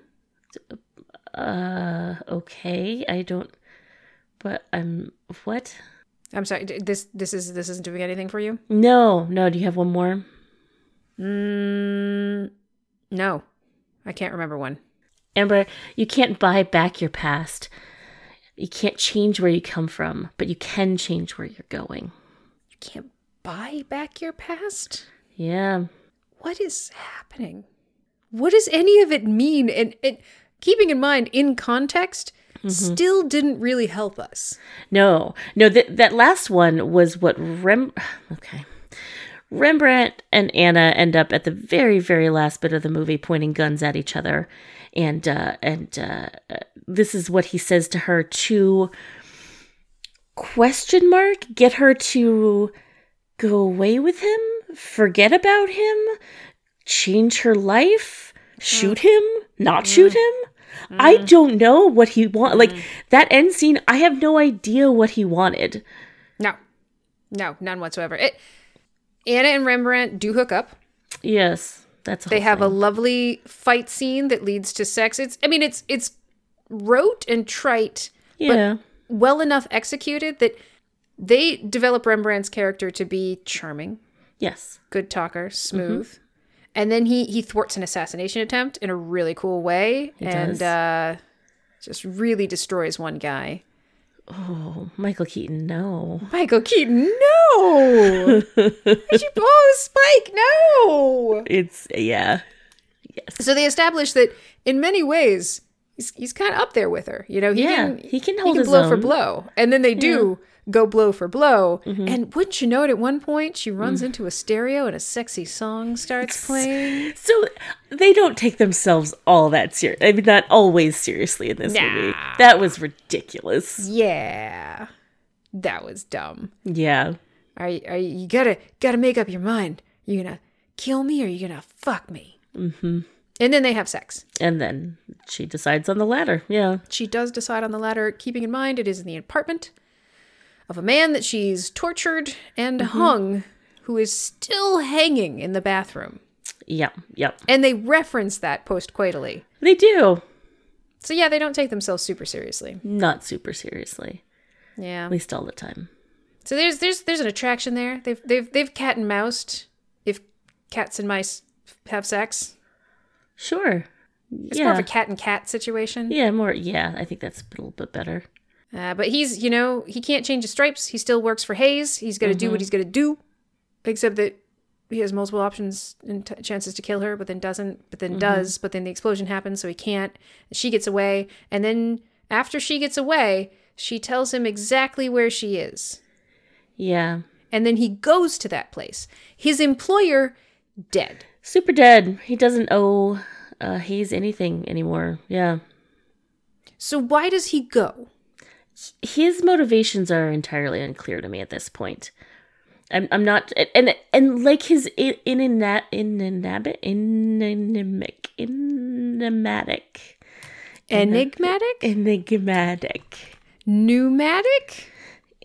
Speaker 1: Uh, okay, I don't. But I'm what?
Speaker 2: I'm sorry. d- This this is this isn't doing anything for you.
Speaker 1: No, no. Do you have one more?
Speaker 2: Mm, no, I can't remember one.
Speaker 1: Amber, you can't buy back your past. You can't change where you come from, but you can change where you're going.
Speaker 2: You can't buy back your past.
Speaker 1: Yeah.
Speaker 2: What is happening? What does any of it mean? And, and keeping in mind, in context, still didn't really help us.
Speaker 1: No, no, that that last one was what Rem. [SIGHS] Okay, Rembrandt and Anna end up at the very, very last bit of the movie, pointing guns at each other, and uh, and uh, uh, this is what he says to her to question mark get her to go away with him, forget about him, change her life, shoot him, not shoot him. I
Speaker 2: Mm.
Speaker 1: don't know what he want. Like that end scene, I have no idea what he wanted.
Speaker 2: No, no, none whatsoever. It, Anna and Rembrandt do hook up.
Speaker 1: Yes, that's a
Speaker 2: They
Speaker 1: whole
Speaker 2: have a
Speaker 1: thing.
Speaker 2: lovely fight scene that leads to sex. It's, I mean, it's it's rote and trite,
Speaker 1: yeah,
Speaker 2: well enough executed that they develop Rembrandt's character to be charming,
Speaker 1: yes,
Speaker 2: good talker, smooth. And then he he thwarts an assassination attempt in a really cool way and
Speaker 1: does.
Speaker 2: uh just really destroys one guy.
Speaker 1: oh, Michael Keaton, no,
Speaker 2: Michael Keaton, no. Why'd you- oh, Spike, no.
Speaker 1: it's yeah,
Speaker 2: So they establish that in many ways he's, he's kind of up there with her. You know, he
Speaker 1: yeah,
Speaker 2: can
Speaker 1: he can
Speaker 2: he
Speaker 1: hold
Speaker 2: can
Speaker 1: his
Speaker 2: blow
Speaker 1: own.
Speaker 2: for blow. And then they do go blow for blow.
Speaker 1: Mm-hmm.
Speaker 2: And wouldn't you know it, at one point
Speaker 1: Mm.
Speaker 2: she runs into a stereo and a sexy song starts playing.
Speaker 1: So they don't take themselves all that serious. I mean, not always seriously in this
Speaker 2: Nah.
Speaker 1: movie. That was ridiculous.
Speaker 2: yeah. That was dumb.
Speaker 1: Yeah.
Speaker 2: Are you, are you, you gotta gotta make up your mind. You gonna kill me or you gonna fuck me? Mm-hmm. And then they have sex.
Speaker 1: And then she decides on the latter. Yeah.
Speaker 2: She does decide on the latter, keeping in mind it is in the apartment of a man that she's tortured and hung, who is still hanging in the bathroom.
Speaker 1: Yeah. Yep.
Speaker 2: And they reference that post coitally.
Speaker 1: They do.
Speaker 2: So yeah, they don't take themselves super seriously.
Speaker 1: Not super seriously.
Speaker 2: Yeah.
Speaker 1: At least all the time.
Speaker 2: So there's there's there's an attraction there. They've they've they've cat and moused. If cats and mice have sex,
Speaker 1: Sure.
Speaker 2: it's
Speaker 1: yeah.
Speaker 2: more of a cat and cat situation.
Speaker 1: yeah, more. Yeah, I think that's a little bit better.
Speaker 2: Uh, but he's, you know, he can't change his stripes. He still works for Hayes. He's going to do what he's going to do, except that he has multiple options and t- chances to kill her, but then doesn't, but then does, but then the explosion happens, so he can't. She gets away. And then after she gets away, she tells him exactly where she is.
Speaker 1: Yeah.
Speaker 2: And then he goes to that place. His employer, dead.
Speaker 1: Super dead. He doesn't owe uh, Hayes anything anymore. Yeah.
Speaker 2: So why does he go?
Speaker 1: his motivations are entirely unclear to me at this point. I'm I'm not and and like his in in inanimate enigmatic enigmatic
Speaker 2: Mm-hmm. Enigmatic?
Speaker 1: enigmatic
Speaker 2: Pneumatic?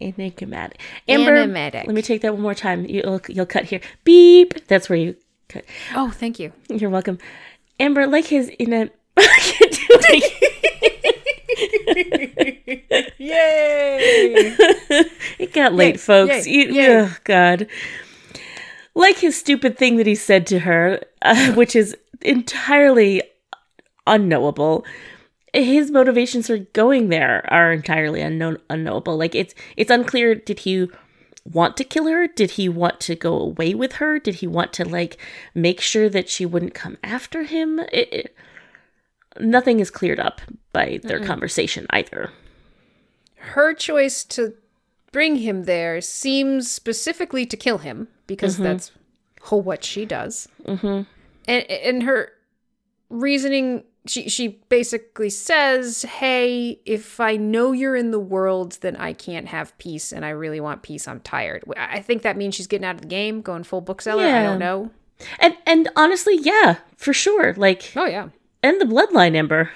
Speaker 1: enigmatic. Amber,
Speaker 2: Animatic.
Speaker 1: let me take that one more time. You'll you'll cut here. Beep. That's where you cut.
Speaker 2: Oh, thank you.
Speaker 1: You're welcome. Amber, like his in [LAUGHS] a. I can't do [LAUGHS] it.
Speaker 2: Yay!
Speaker 1: [LAUGHS] It got late,
Speaker 2: Yay,
Speaker 1: folks.
Speaker 2: yay,
Speaker 1: You-
Speaker 2: yay.
Speaker 1: ugh, God. Like his stupid thing that he said to her, uh, which is entirely unknowable. His motivations for going there are entirely unknown, unknowable. Like it's it's unclear. Did he want to kill her? Did he want to go away with her? Did he want to like make sure that she wouldn't come after him? It, it- nothing is cleared up by their conversation either.
Speaker 2: her choice to bring him there seems specifically to kill him because that's ho- what she does.
Speaker 1: Mhm.
Speaker 2: And and her reasoning she she basically says, "Hey, if I know you're in the world, then I can't have peace and I really want peace. I'm tired." Wh- I I think that means she's getting out of the game, going full bookseller. I
Speaker 1: Yeah.
Speaker 2: don't know.
Speaker 1: And and honestly, yeah, for sure. Like
Speaker 2: Oh yeah.
Speaker 1: and the bloodline Ember.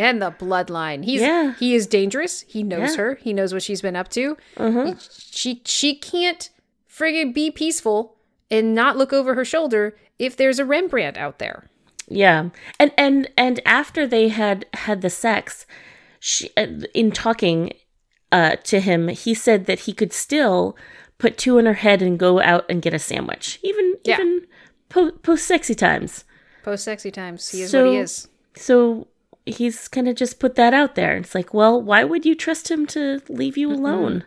Speaker 2: And the bloodline. He's
Speaker 1: Yeah.
Speaker 2: he is dangerous. He knows
Speaker 1: Yeah. Uh-huh.
Speaker 2: her. He knows what she's been up to. She she can't friggin' be peaceful and not look over her shoulder if there's a Rembrandt out there.
Speaker 1: Yeah, and and and after they had had the sex, she uh, in talking uh, to him, he said that he could still put two in her head and go out and get a sandwich, even
Speaker 2: Yeah.
Speaker 1: even po- post sexy times.
Speaker 2: Post sexy times. He is
Speaker 1: So-
Speaker 2: what he is.
Speaker 1: So he's kind of just put that out there. It's like, well, why would you trust him to leave you alone?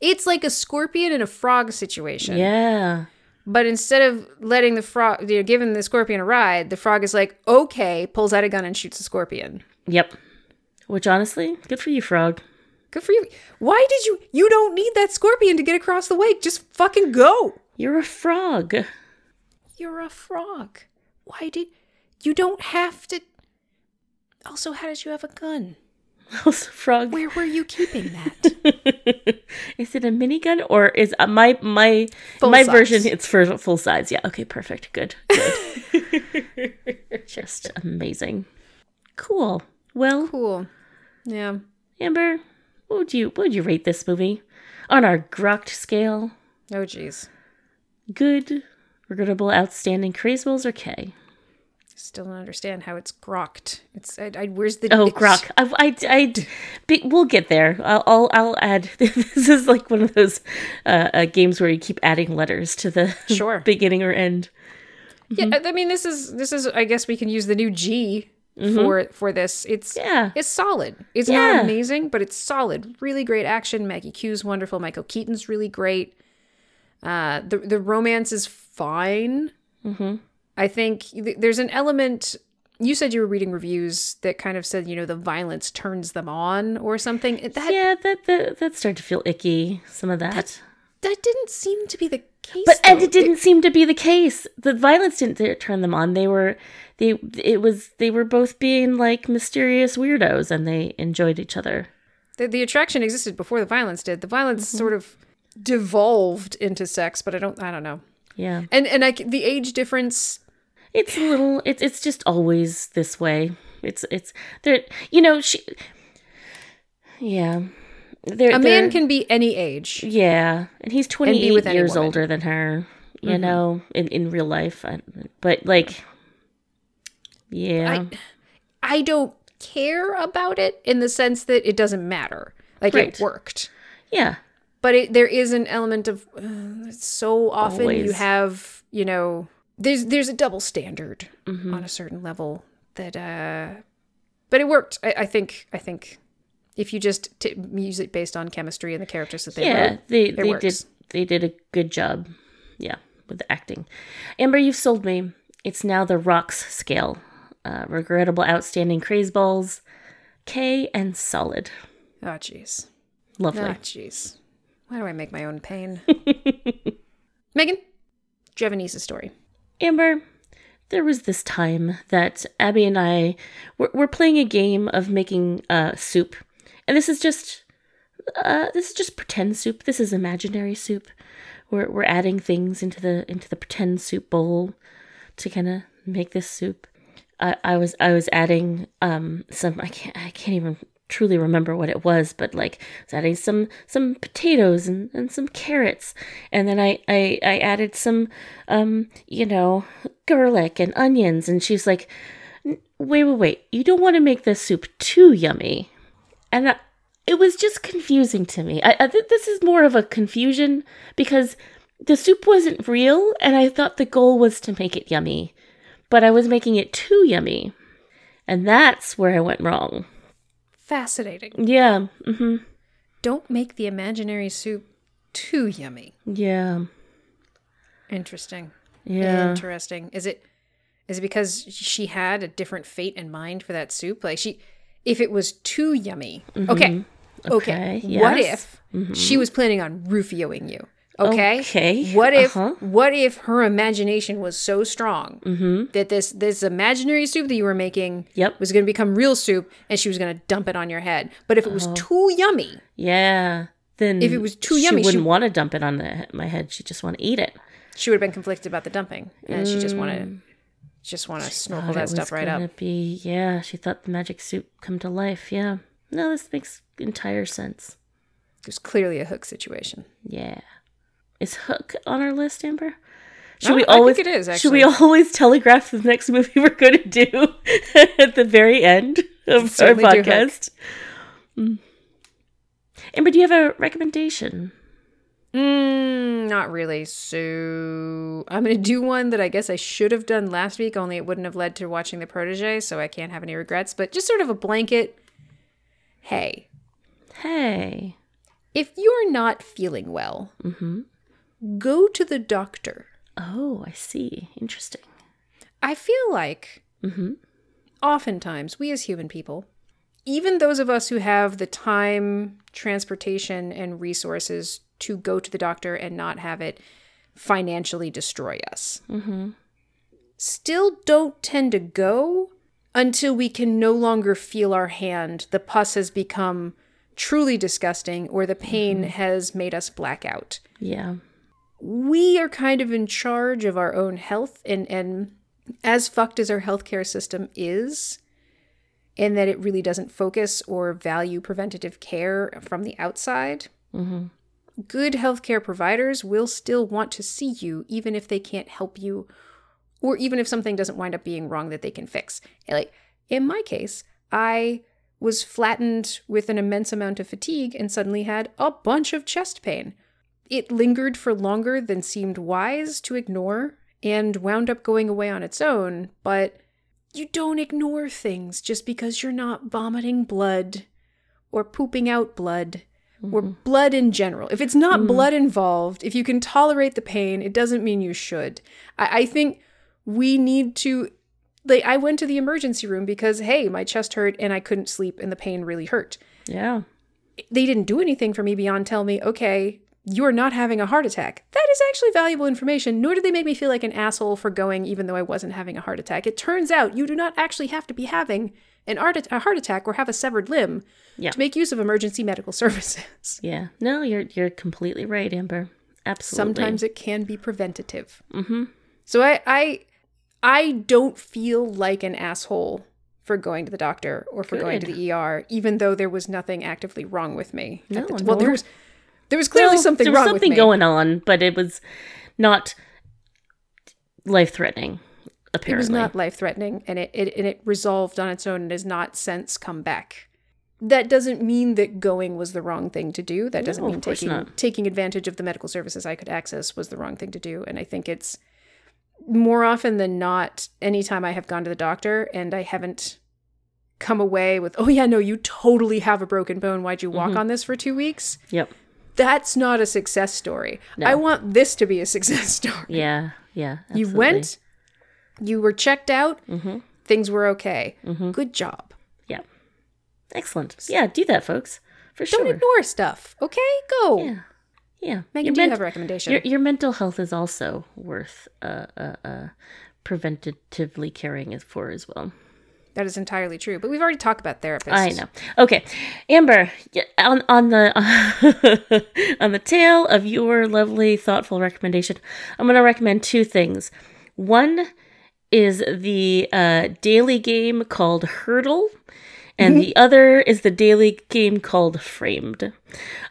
Speaker 2: It's like a scorpion and a frog situation.
Speaker 1: Yeah,
Speaker 2: But instead of letting the frog, you know, giving the scorpion a ride, the frog is like, okay, pulls out a gun and shoots the scorpion.
Speaker 1: yep. Which honestly, good for you, Frog.
Speaker 2: Good for you. Why did you? You don't need that scorpion to get across the lake. Just fucking go.
Speaker 1: You're a frog.
Speaker 2: You're a frog. Why did you don't have to Also, how did you have a gun?
Speaker 1: Also, frog.
Speaker 2: Where were you keeping that?
Speaker 1: [LAUGHS] is it a minigun or is uh, my my
Speaker 2: Full
Speaker 1: my
Speaker 2: size.
Speaker 1: version? It's for full size. Yeah. Okay. Perfect. Good. Good.
Speaker 2: [LAUGHS]
Speaker 1: Just amazing. Cool. Well,
Speaker 2: [LAUGHS] cool. Yeah.
Speaker 1: Amber, what would you what would you rate this movie on our Grokked scale?
Speaker 2: Oh jeez.
Speaker 1: Good, regrettable, outstanding, crazeballs, or K?
Speaker 2: Still don't understand how it's grokked. It's I, I where's the
Speaker 1: Oh,
Speaker 2: it's-
Speaker 1: Grok. I, I, I- be- we'll get there. I'll, I'll, I'll add. [LAUGHS] This is like one of those uh, uh, games where you keep adding letters to the [LAUGHS]
Speaker 2: Sure.
Speaker 1: beginning or end.
Speaker 2: Yeah,
Speaker 1: Mm-hmm.
Speaker 2: I- I mean this is this is I guess we can use the new G for for this. It's
Speaker 1: Mm-hmm. Yeah.
Speaker 2: It's solid. It's
Speaker 1: Yeah.
Speaker 2: not amazing, but it's solid. Really great action. Maggie Q's wonderful. Michael Keaton's really great. Uh, the
Speaker 1: Mm-hmm.
Speaker 2: the romance is fine. I think th- there's an element you said you were reading reviews that kind of said, you know, the violence turns them on or something. And That
Speaker 1: yeah, that, that that started to feel icky. Some of that,
Speaker 2: that didn't seem to be the case.
Speaker 1: but and
Speaker 2: though.
Speaker 1: it didn't seem to be the case. The violence didn't th- turn them on. They were they it was they were both being like mysterious weirdos, and they enjoyed each other.
Speaker 2: the, the attraction existed before the violence did. The violence
Speaker 1: Mm-hmm.
Speaker 2: sort of devolved into sex, but I don't I don't know.
Speaker 1: Yeah,
Speaker 2: And and I c the age difference
Speaker 1: it's a little. It's it's just always this way. It's it's there. You know she. Yeah, there.
Speaker 2: a man can be any age.
Speaker 1: Yeah, and he's twenty eight
Speaker 2: with Mm-hmm. any
Speaker 1: years
Speaker 2: woman.
Speaker 1: older than her. You know, in in real life, I, but like, yeah,
Speaker 2: I don't care about it in the sense that it doesn't matter. Like
Speaker 1: Right.
Speaker 2: it worked.
Speaker 1: yeah,
Speaker 2: but it, there is an element of uh, so often you
Speaker 1: Always.
Speaker 2: have you know there's there's a double standard
Speaker 1: Mm-hmm.
Speaker 2: on a certain level that uh but it worked I, I think I think if you just t- use it based on chemistry and the characters that they
Speaker 1: yeah.
Speaker 2: wrote
Speaker 1: they
Speaker 2: it
Speaker 1: they
Speaker 2: works.
Speaker 1: did they did a good job. Yeah, with the acting. Amber, you've sold me. It's now the rocks scale. Uh, regrettable, outstanding, craze balls, K and solid,
Speaker 2: oh jeez
Speaker 1: lovely.
Speaker 2: oh jeez why do I make my own
Speaker 1: [LAUGHS]
Speaker 2: pain Megan do you have a niece's story
Speaker 1: Amber, there was this time that Abby and I were, were playing a game of making uh, soup, and this is just uh, this is just pretend soup. This is imaginary soup. We're we're adding things into the into the pretend soup bowl to kind of make this soup. I, I was I was adding um some I can't I can't even truly remember what it was, but like I was adding some some potatoes and, and some carrots, and then I, I I added some um you know garlic and onions, and she's like, "N- wait wait wait, you don't want to make this soup too yummy, and I, it was just confusing to me. I, I think this is more of a confusion because the soup wasn't real, and I thought the goal was to make it yummy but I was making it too yummy. And that's where I went wrong.
Speaker 2: fascinating
Speaker 1: Yeah. hmm
Speaker 2: don't make the imaginary soup too yummy
Speaker 1: Yeah.
Speaker 2: interesting
Speaker 1: Yeah.
Speaker 2: Interesting. Is it is it because she had a different fate in mind for that soup? Like she if it was too yummy. Okay. Okay.
Speaker 1: Mm-hmm. Okay,
Speaker 2: What
Speaker 1: yes.
Speaker 2: if she was planning on roofioing you? Okay.
Speaker 1: Okay,
Speaker 2: What if
Speaker 1: uh-huh.
Speaker 2: what if her imagination was so strong
Speaker 1: Mm-hmm.
Speaker 2: that this this imaginary soup that you were making
Speaker 1: Yep.
Speaker 2: was going to become real soup and she was going to dump it on your head. But if it was
Speaker 1: Uh-huh.
Speaker 2: too yummy,
Speaker 1: Yeah. Then
Speaker 2: If it was too yummy,
Speaker 1: she wouldn't
Speaker 2: she-
Speaker 1: want to dump it on the, my head. She just want to eat it.
Speaker 2: she would have been conflicted about the dumping and she just want to just want to
Speaker 1: Mm.
Speaker 2: snorkel
Speaker 1: Thought it
Speaker 2: that
Speaker 1: was
Speaker 2: stuff right up.
Speaker 1: gonna Be, yeah. She thought the magic soup come to life. Yeah. No, this makes entire sense.
Speaker 2: It was clearly a hook situation.
Speaker 1: Yeah. Is Hook on our list, Amber?
Speaker 2: I
Speaker 1: Should we
Speaker 2: don't- I think
Speaker 1: always?
Speaker 2: it is,
Speaker 1: Should we
Speaker 2: actually.
Speaker 1: always telegraph the next movie [LAUGHS] we're going to do at the very end of our
Speaker 2: Certainly do, Hook.
Speaker 1: podcast? Mm. Amber, do you have a recommendation?
Speaker 2: Mm, not really. So I'm gonna do one that I guess I should have done last week, only it wouldn't have led to watching the protege, so I can't have any regrets. But just sort of a blanket. Hey,
Speaker 1: Hey.
Speaker 2: if you're not feeling well,
Speaker 1: Mm-hmm.
Speaker 2: go to the doctor.
Speaker 1: Oh, I see. Interesting.
Speaker 2: I feel like
Speaker 1: Mm-hmm.
Speaker 2: oftentimes we as human people, even those of us who have the time, transportation, and resources to go to the doctor and not have it financially destroy us.
Speaker 1: Mm-hmm.
Speaker 2: still don't tend to go until we can no longer feel our hand. The pus has become truly disgusting or the pain has made us black out.
Speaker 1: Yeah.
Speaker 2: We are kind of in charge of our own health and and as fucked as our healthcare system is and that it really doesn't focus or value preventative care from the outside.
Speaker 1: Mm-hmm.
Speaker 2: Good healthcare providers will still want to see you even if they can't help you or even if something doesn't wind up being wrong that they can fix. Like in my case, I was flattened with an immense amount of fatigue and suddenly had a bunch of chest pain. It lingered for longer than seemed wise to ignore and wound up going away on its own, but you don't ignore things just because you're not vomiting blood or pooping out blood or blood in general. If it's not blood involved, if you can tolerate the pain, it doesn't mean you should. I, I think we need to like I went to the emergency room because hey, my chest hurt and I couldn't sleep and the pain really hurt.
Speaker 1: Yeah.
Speaker 2: They didn't do anything for me beyond tell me, "Okay, you are not having a heart attack." That is actually valuable information, nor did they make me feel like an asshole for going even though I wasn't having a heart attack. It turns out you do not actually have to be having an art- a heart attack or have a severed limb
Speaker 1: Yeah.
Speaker 2: to make use of emergency medical [LAUGHS] services.
Speaker 1: Yeah. No, you're you're completely right, Amber. Absolutely.
Speaker 2: Sometimes it can be preventative.
Speaker 1: Mm-hmm.
Speaker 2: So I I I don't feel like an asshole for going to the doctor or for going to
Speaker 1: Good.
Speaker 2: the ER, even though there was nothing actively wrong with me. at
Speaker 1: No,
Speaker 2: the t- well, there
Speaker 1: nor-
Speaker 2: was there was clearly
Speaker 1: Well,
Speaker 2: something
Speaker 1: there was
Speaker 2: wrong
Speaker 1: something
Speaker 2: with me.
Speaker 1: going on, but it was not life threatening.
Speaker 2: it was
Speaker 1: Apparently,
Speaker 2: not life threatening, and it, it and it resolved on its own and has not since come back. That doesn't mean that going was the wrong thing to do. That doesn't
Speaker 1: No, of
Speaker 2: mean
Speaker 1: course
Speaker 2: taking
Speaker 1: not.
Speaker 2: taking advantage of the medical services I could access was the wrong thing to do. And I think it's more often than not, anytime I have gone to the doctor and I haven't come away with, oh yeah, no, you totally have a broken bone. Why'd you
Speaker 1: Mm-hmm.
Speaker 2: walk on this for two weeks?
Speaker 1: Yep.
Speaker 2: That's not a success story.
Speaker 1: No.
Speaker 2: I want this to be a [LAUGHS] success story.
Speaker 1: Yeah. Yeah.
Speaker 2: You went, you were checked out,
Speaker 1: Mm-hmm.
Speaker 2: things were okay. Good job.
Speaker 1: Yeah. Excellent. Yeah. Do that, folks. For
Speaker 2: Don't
Speaker 1: sure.
Speaker 2: ignore stuff, okay? Go.
Speaker 1: Yeah. Yeah.
Speaker 2: Megan,
Speaker 1: Your
Speaker 2: do you
Speaker 1: ment-
Speaker 2: have a recommendation?
Speaker 1: your, your mental health is also worth uh, uh, uh, preventatively caring it for as well.
Speaker 2: That is entirely true. But we've already talked about therapists.
Speaker 1: I know. Okay, Amber, y- on on the [LAUGHS] on the tail of your lovely, thoughtful recommendation, I'm going to recommend two things. One is the uh, daily game called Hurdle, and
Speaker 2: Mm-hmm.
Speaker 1: the other is the daily game called Framed.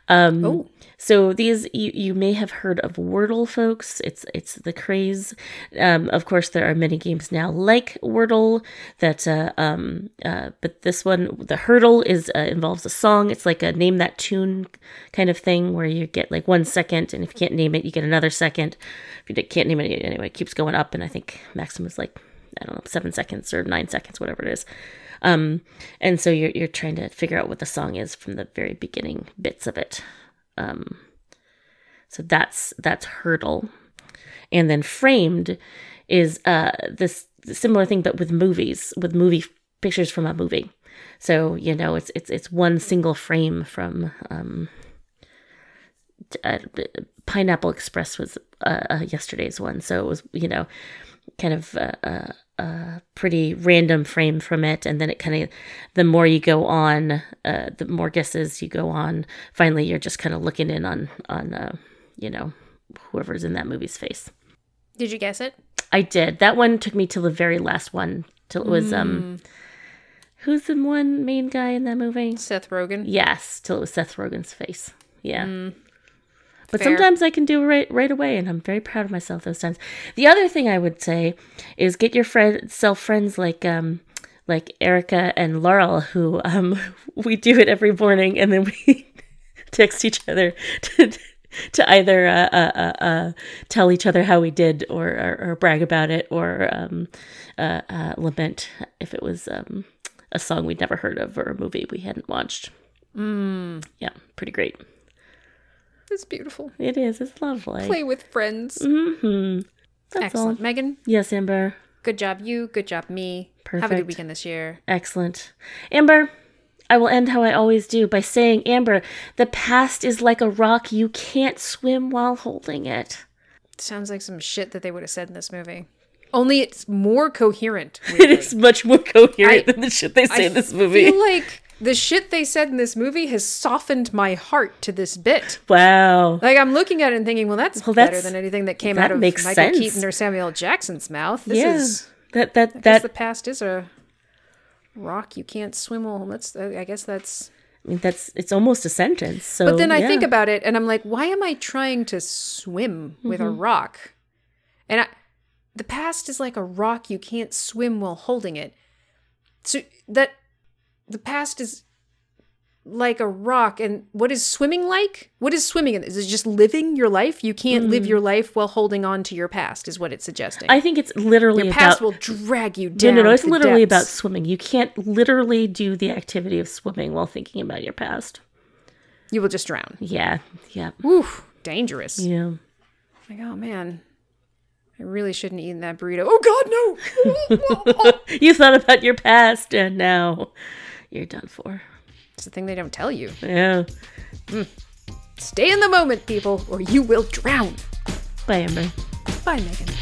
Speaker 1: Um,
Speaker 2: Oh.
Speaker 1: So these you, you may have heard of Wordle, folks. It's it's the craze. Um, of course, there are many games now like Wordle that. Uh, um, uh, but this one, the hurdle is uh, involves a song. It's like a name that tune kind of thing where you get like one second, and if you can't name it, you get another second. If you d- can't name it anyway, it keeps going up, and I think maximum is like I don't know seven seconds or nine seconds, whatever it is. Um, and so you're you're trying to figure out what the song is from the very beginning bits of it. Um, so that's that's hurdle, and then framed is uh this similar thing but with movies with movie pictures from a movie. So you know it's it's it's one single frame from um, t- uh, Pineapple Express was uh, uh, yesterday's one, so it was you know kind of uh, uh, uh, pretty random frame from it and then it kind of the more you go on uh, the more guesses you go on finally you're just kind of looking in on on uh, you know whoever's in that movie's face
Speaker 2: Did you guess it?
Speaker 1: i did that one took me till the very last one till it was um who's the one main guy in that movie
Speaker 2: Seth Rogen.
Speaker 1: yes till it was seth rogen's face yeah but
Speaker 2: Fair.
Speaker 1: sometimes I can do it right right away, and I'm very proud of myself those times. The other thing I would say is get your friend, self friends like um like Erica and Laurel, who um [LAUGHS] we do it every morning, and then we [LAUGHS] text each other [LAUGHS] to to either uh, uh, uh, uh, tell each other how we did, or or, or brag about it, or um uh, uh, lament if it was um a song we'd never heard of or a movie we hadn't watched. Mm. Yeah, pretty great.
Speaker 2: It's beautiful.
Speaker 1: It is. It's lovely.
Speaker 2: Play with friends.
Speaker 1: Mm-hmm. That's
Speaker 2: Excellent.
Speaker 1: all.
Speaker 2: Megan,
Speaker 1: Yes, Amber.
Speaker 2: good job you, good job me. Have a
Speaker 1: Perfect.
Speaker 2: good weekend this year.
Speaker 1: Excellent. Amber, I will end how I always do by saying, Amber, the past is like a rock. You can't swim while holding it. [LAUGHS]
Speaker 2: Sounds like some shit that they would have said in this movie. Only it's
Speaker 1: [LAUGHS]
Speaker 2: more coherent.
Speaker 1: It is much more coherent
Speaker 2: I-
Speaker 1: than the shit they say in this
Speaker 2: I
Speaker 1: movie.
Speaker 2: feel like the shit they said in this movie has softened my heart to this bit.
Speaker 1: wow.
Speaker 2: Like I'm looking at it and thinking, well, that's,
Speaker 1: Well, that's-
Speaker 2: better than anything that came
Speaker 1: that
Speaker 2: out of
Speaker 1: makes
Speaker 2: Michael
Speaker 1: sense.
Speaker 2: Keaton or Samuel L. Jackson's mouth. This
Speaker 1: yeah.
Speaker 2: is
Speaker 1: that that
Speaker 2: that
Speaker 1: that
Speaker 2: the past is a rock you can't swim on. That's I guess that's.
Speaker 1: I mean, that's it's almost a sentence. So
Speaker 2: But then I think
Speaker 1: yeah.
Speaker 2: about it and I'm like, why am I trying to swim with
Speaker 1: Mm-hmm.
Speaker 2: a rock? And I, the past is like a rock you can't swim while holding it. So that the past is like a rock and what is swimming like what is swimming in this? is it just living your life you can't live your life while holding on to your past is what it's suggesting
Speaker 1: Mm. I think it's literally
Speaker 2: your
Speaker 1: about
Speaker 2: past will drag you
Speaker 1: no,
Speaker 2: down
Speaker 1: no, no. It's
Speaker 2: to the
Speaker 1: literally about
Speaker 2: depths.
Speaker 1: swimming. You can't literally do the activity of swimming while thinking about your past.
Speaker 2: you will just drown
Speaker 1: Yeah, yeah,
Speaker 2: Woo, dangerous
Speaker 1: yeah.
Speaker 2: like oh man I really shouldn't eat that burrito. Oh God, no! [LAUGHS]
Speaker 1: [LAUGHS] you thought about your past and now you're done for.
Speaker 2: it's the thing they don't tell you.
Speaker 1: Yeah.
Speaker 2: Stay in the moment, people, or you will drown.
Speaker 1: Bye, Amber.
Speaker 2: Bye, Megan.